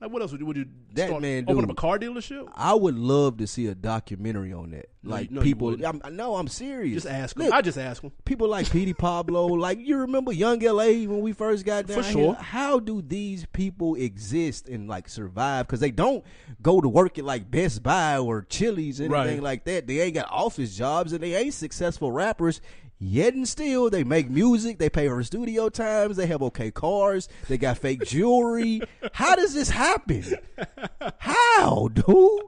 Like what else would you would you
That
start,
man
open
do-
up a car dealership?
I would love to see a documentary on that.
you-
Like
no, you
people,
wouldn't.
I'm, no, I'm serious.
Just ask him.
Look,
I just ask him.
people like Petey Pablo, like you remember Young LA when we first got down
For
here?
sure.
How do these people exist and like survive? Because they don't go to work at like Best Buy or Chili's anything
Right.
like that. They ain't got office jobs and they ain't successful rappers. Yet and still, they make music. They pay for studio times. They have okay cars. They got fake jewelry. How does this happen? How, dude?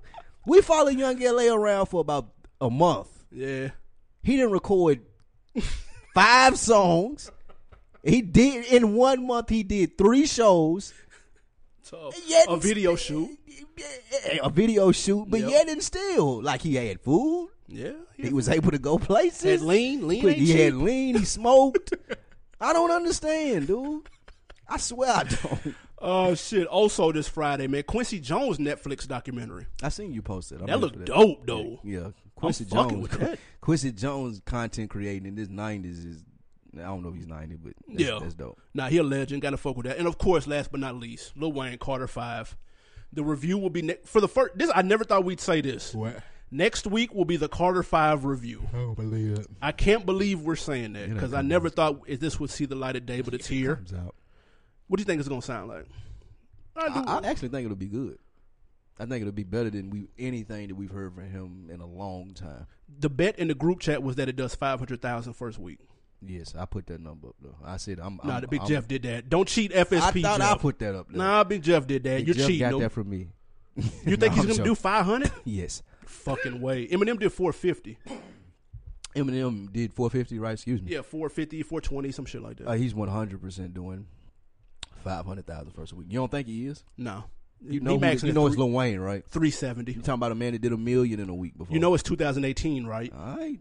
We followed Young LA around for about a month
Yeah.
he didn't record five songs. He did in one month. He did three shows,
So,
Yet
a video shoot.
a video shoot, but
Yep.
yet and still, like he had food.
Yeah.
He was able to go
Had
places.
lean, lean
Quick,
ain't
he had
cheap.
lean. He smoked. I don't understand, dude. I swear I don't.
Oh shit! Also, this Friday, man, Quincy Jones Netflix documentary.
I seen you posted. I'm
That
here for
looked dope, though.
Yeah, Quincy
fucking
Jones.
with that.
Quincy Jones content creating in this '90s is. I don't know if he's 90, but that's,
yeah,
that's dope.
Nah, he a legend. Got to fuck with that. And of course, last but not least, Lil Wayne Carter Five. The review will be ne- for the first. This I never thought we'd say this.
What?
Next week will be the Carter Five review.
I don't believe it.
I can't believe we're saying that because I never thought if this would see the light of day, but it's here.
Comes out.
What do you think it's gonna sound like? I do.
I, I actually think it'll be good. I think it'll be better than we anything that we've heard from him in a long time.
the bet in the group chat was that it does 500,000 first week.
Yes, I put that number up though. I said I'm.
Nah,
I'm,
the big
I'm-
Jeff did that. Don't cheat
I
FSP.
thought I
Jeff.
put that up. There.
Nah, Big Jeff did that.
Big
You're
Jeff
cheating.
got
though.
that from me.
You think
No,
he's
I'm
gonna do
joking.
500?
Yes,
Fucking way. Eminem did 450.
Eminem did 450, right? Excuse me.
Yeah, 450, 420, some shit like that.
Uh, he's 100 percent doing 500,000 first week. You don't think he is?
no,
You know,
he
who-
maxing
you
at
know it's
three-
Lil Wayne, right?
370.
You talking about a man that did a million in a week before?
You know it's 2018, right?
all right.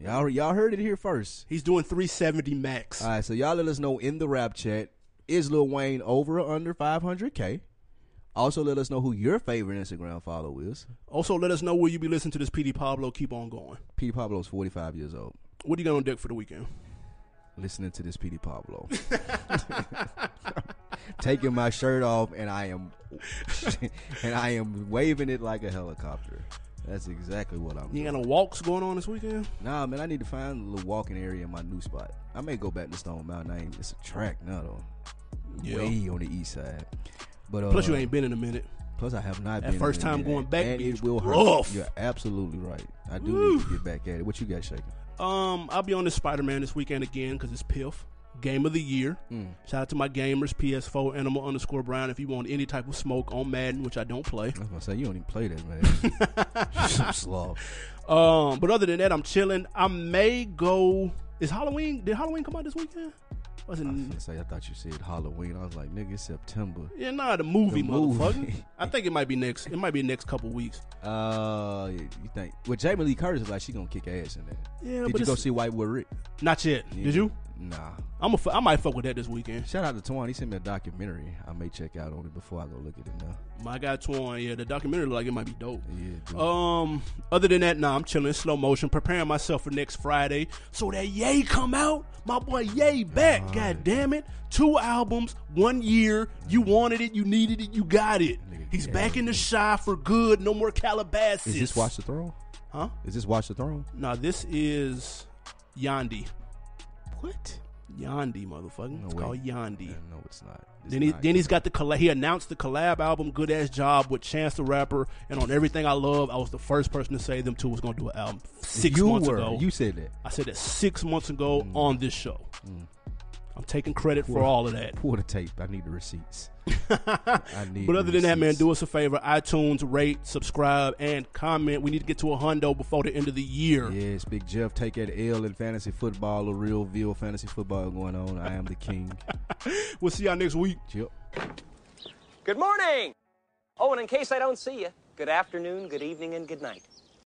Y'all, y'all heard it here first.
He's doing 370 max.
All right, so y'all let us know in the rap chat is Lil Wayne over or under 500k? Also, let us know who your favorite Instagram follow is.
Also, let us know where you be listening to this PD Pablo. Keep on going.
Petey Pablo's 45 years old.
What do you got on deck for the weekend?
Listening to this Petey Pablo. Taking my shirt off and I am and I am waving it like a helicopter. That's exactly what I'm
You
doing.
ain't got no walks going on this weekend?
Nah, man, I need to find a little walking area in my new spot. I may go back to Stone Mountain. I ain't, it's a track now, though.
Yeah.
Way on the east side. But uh,
Plus, you ain't been in a minute.
Plus, I have not
That
been
first
in
time
it,
going back
and
be
it will
rough.
hurt. You're absolutely right. I do need to get back at it. What you got shaking?
Um, I'll be on this Spider Man this weekend again because it's Piff Game of the Year.
Hmm.
Shout out to my gamers, PS4 Animal underscore Brown. If you want any type of smoke on Madden, which I don't play.
I was gonna say you don't even play that, man. Some slob.
Um, but other than that, I'm chilling. I may go. Is Halloween? Did Halloween come out this weekend? Was it?
I was gonna say I thought you said Halloween. I was like, nigga, it's September.
Yeah, nah, the movie,
The movie.
motherfucker. I think it might be next. It might be next couple weeks.
Uh, you think? Well, Jamie Lee Curtis is like she gonna kick ass in that.
Yeah,
Did
but
you go
it's-
see White Wood Rick?
Not yet. Did you?
Nah.
I'm a. F- I might fuck with that this weekend.
Shout out to Twan. He sent me a documentary. I may check out on it before I go look at it now.
My guy Twan. Yeah, the documentary look like it might be dope.
Yeah, dude.
Um, other than that, nah, I'm chilling in slow motion, preparing myself for next Friday. So that Yay come out, my boy Yay back. God, damn it. Two albums, one year. You wanted it, you needed it, you got it. He's back in the shy for good. No more Calabasas.
is this Watch the Throne?
Huh?
Is this Watch the Throne?
Nah, this is Yandi.
What?
Yandi, motherfucker. it's
way.
called Yandi.
Yeah, no, it's not. It's
Then, he,
not.
then he's got the collab. He announced the collab album, Good Ass Job, with Chance the Rapper. And on Everything I Love, I was the first person to say them two was going to do an album six
you
months
were.
ago.
You Mm. said that.
I said that six months ago on this show.
Mm.
I'm taking credit for
Well,
all of that.
Pull the tape. I need the receipts. I need.
But other
the
than that, man,
receipts.
do us a favor. iTunes, rate, subscribe, and comment. We need to get to a hundo before the end of the year.
Yes, Big Jeff, take that L in fantasy football. A real deal fantasy football going on. I am the king.
We'll see y'all next week.
Yep.
Good morning! Oh, and in case I don't see you, good afternoon, good evening, and good night.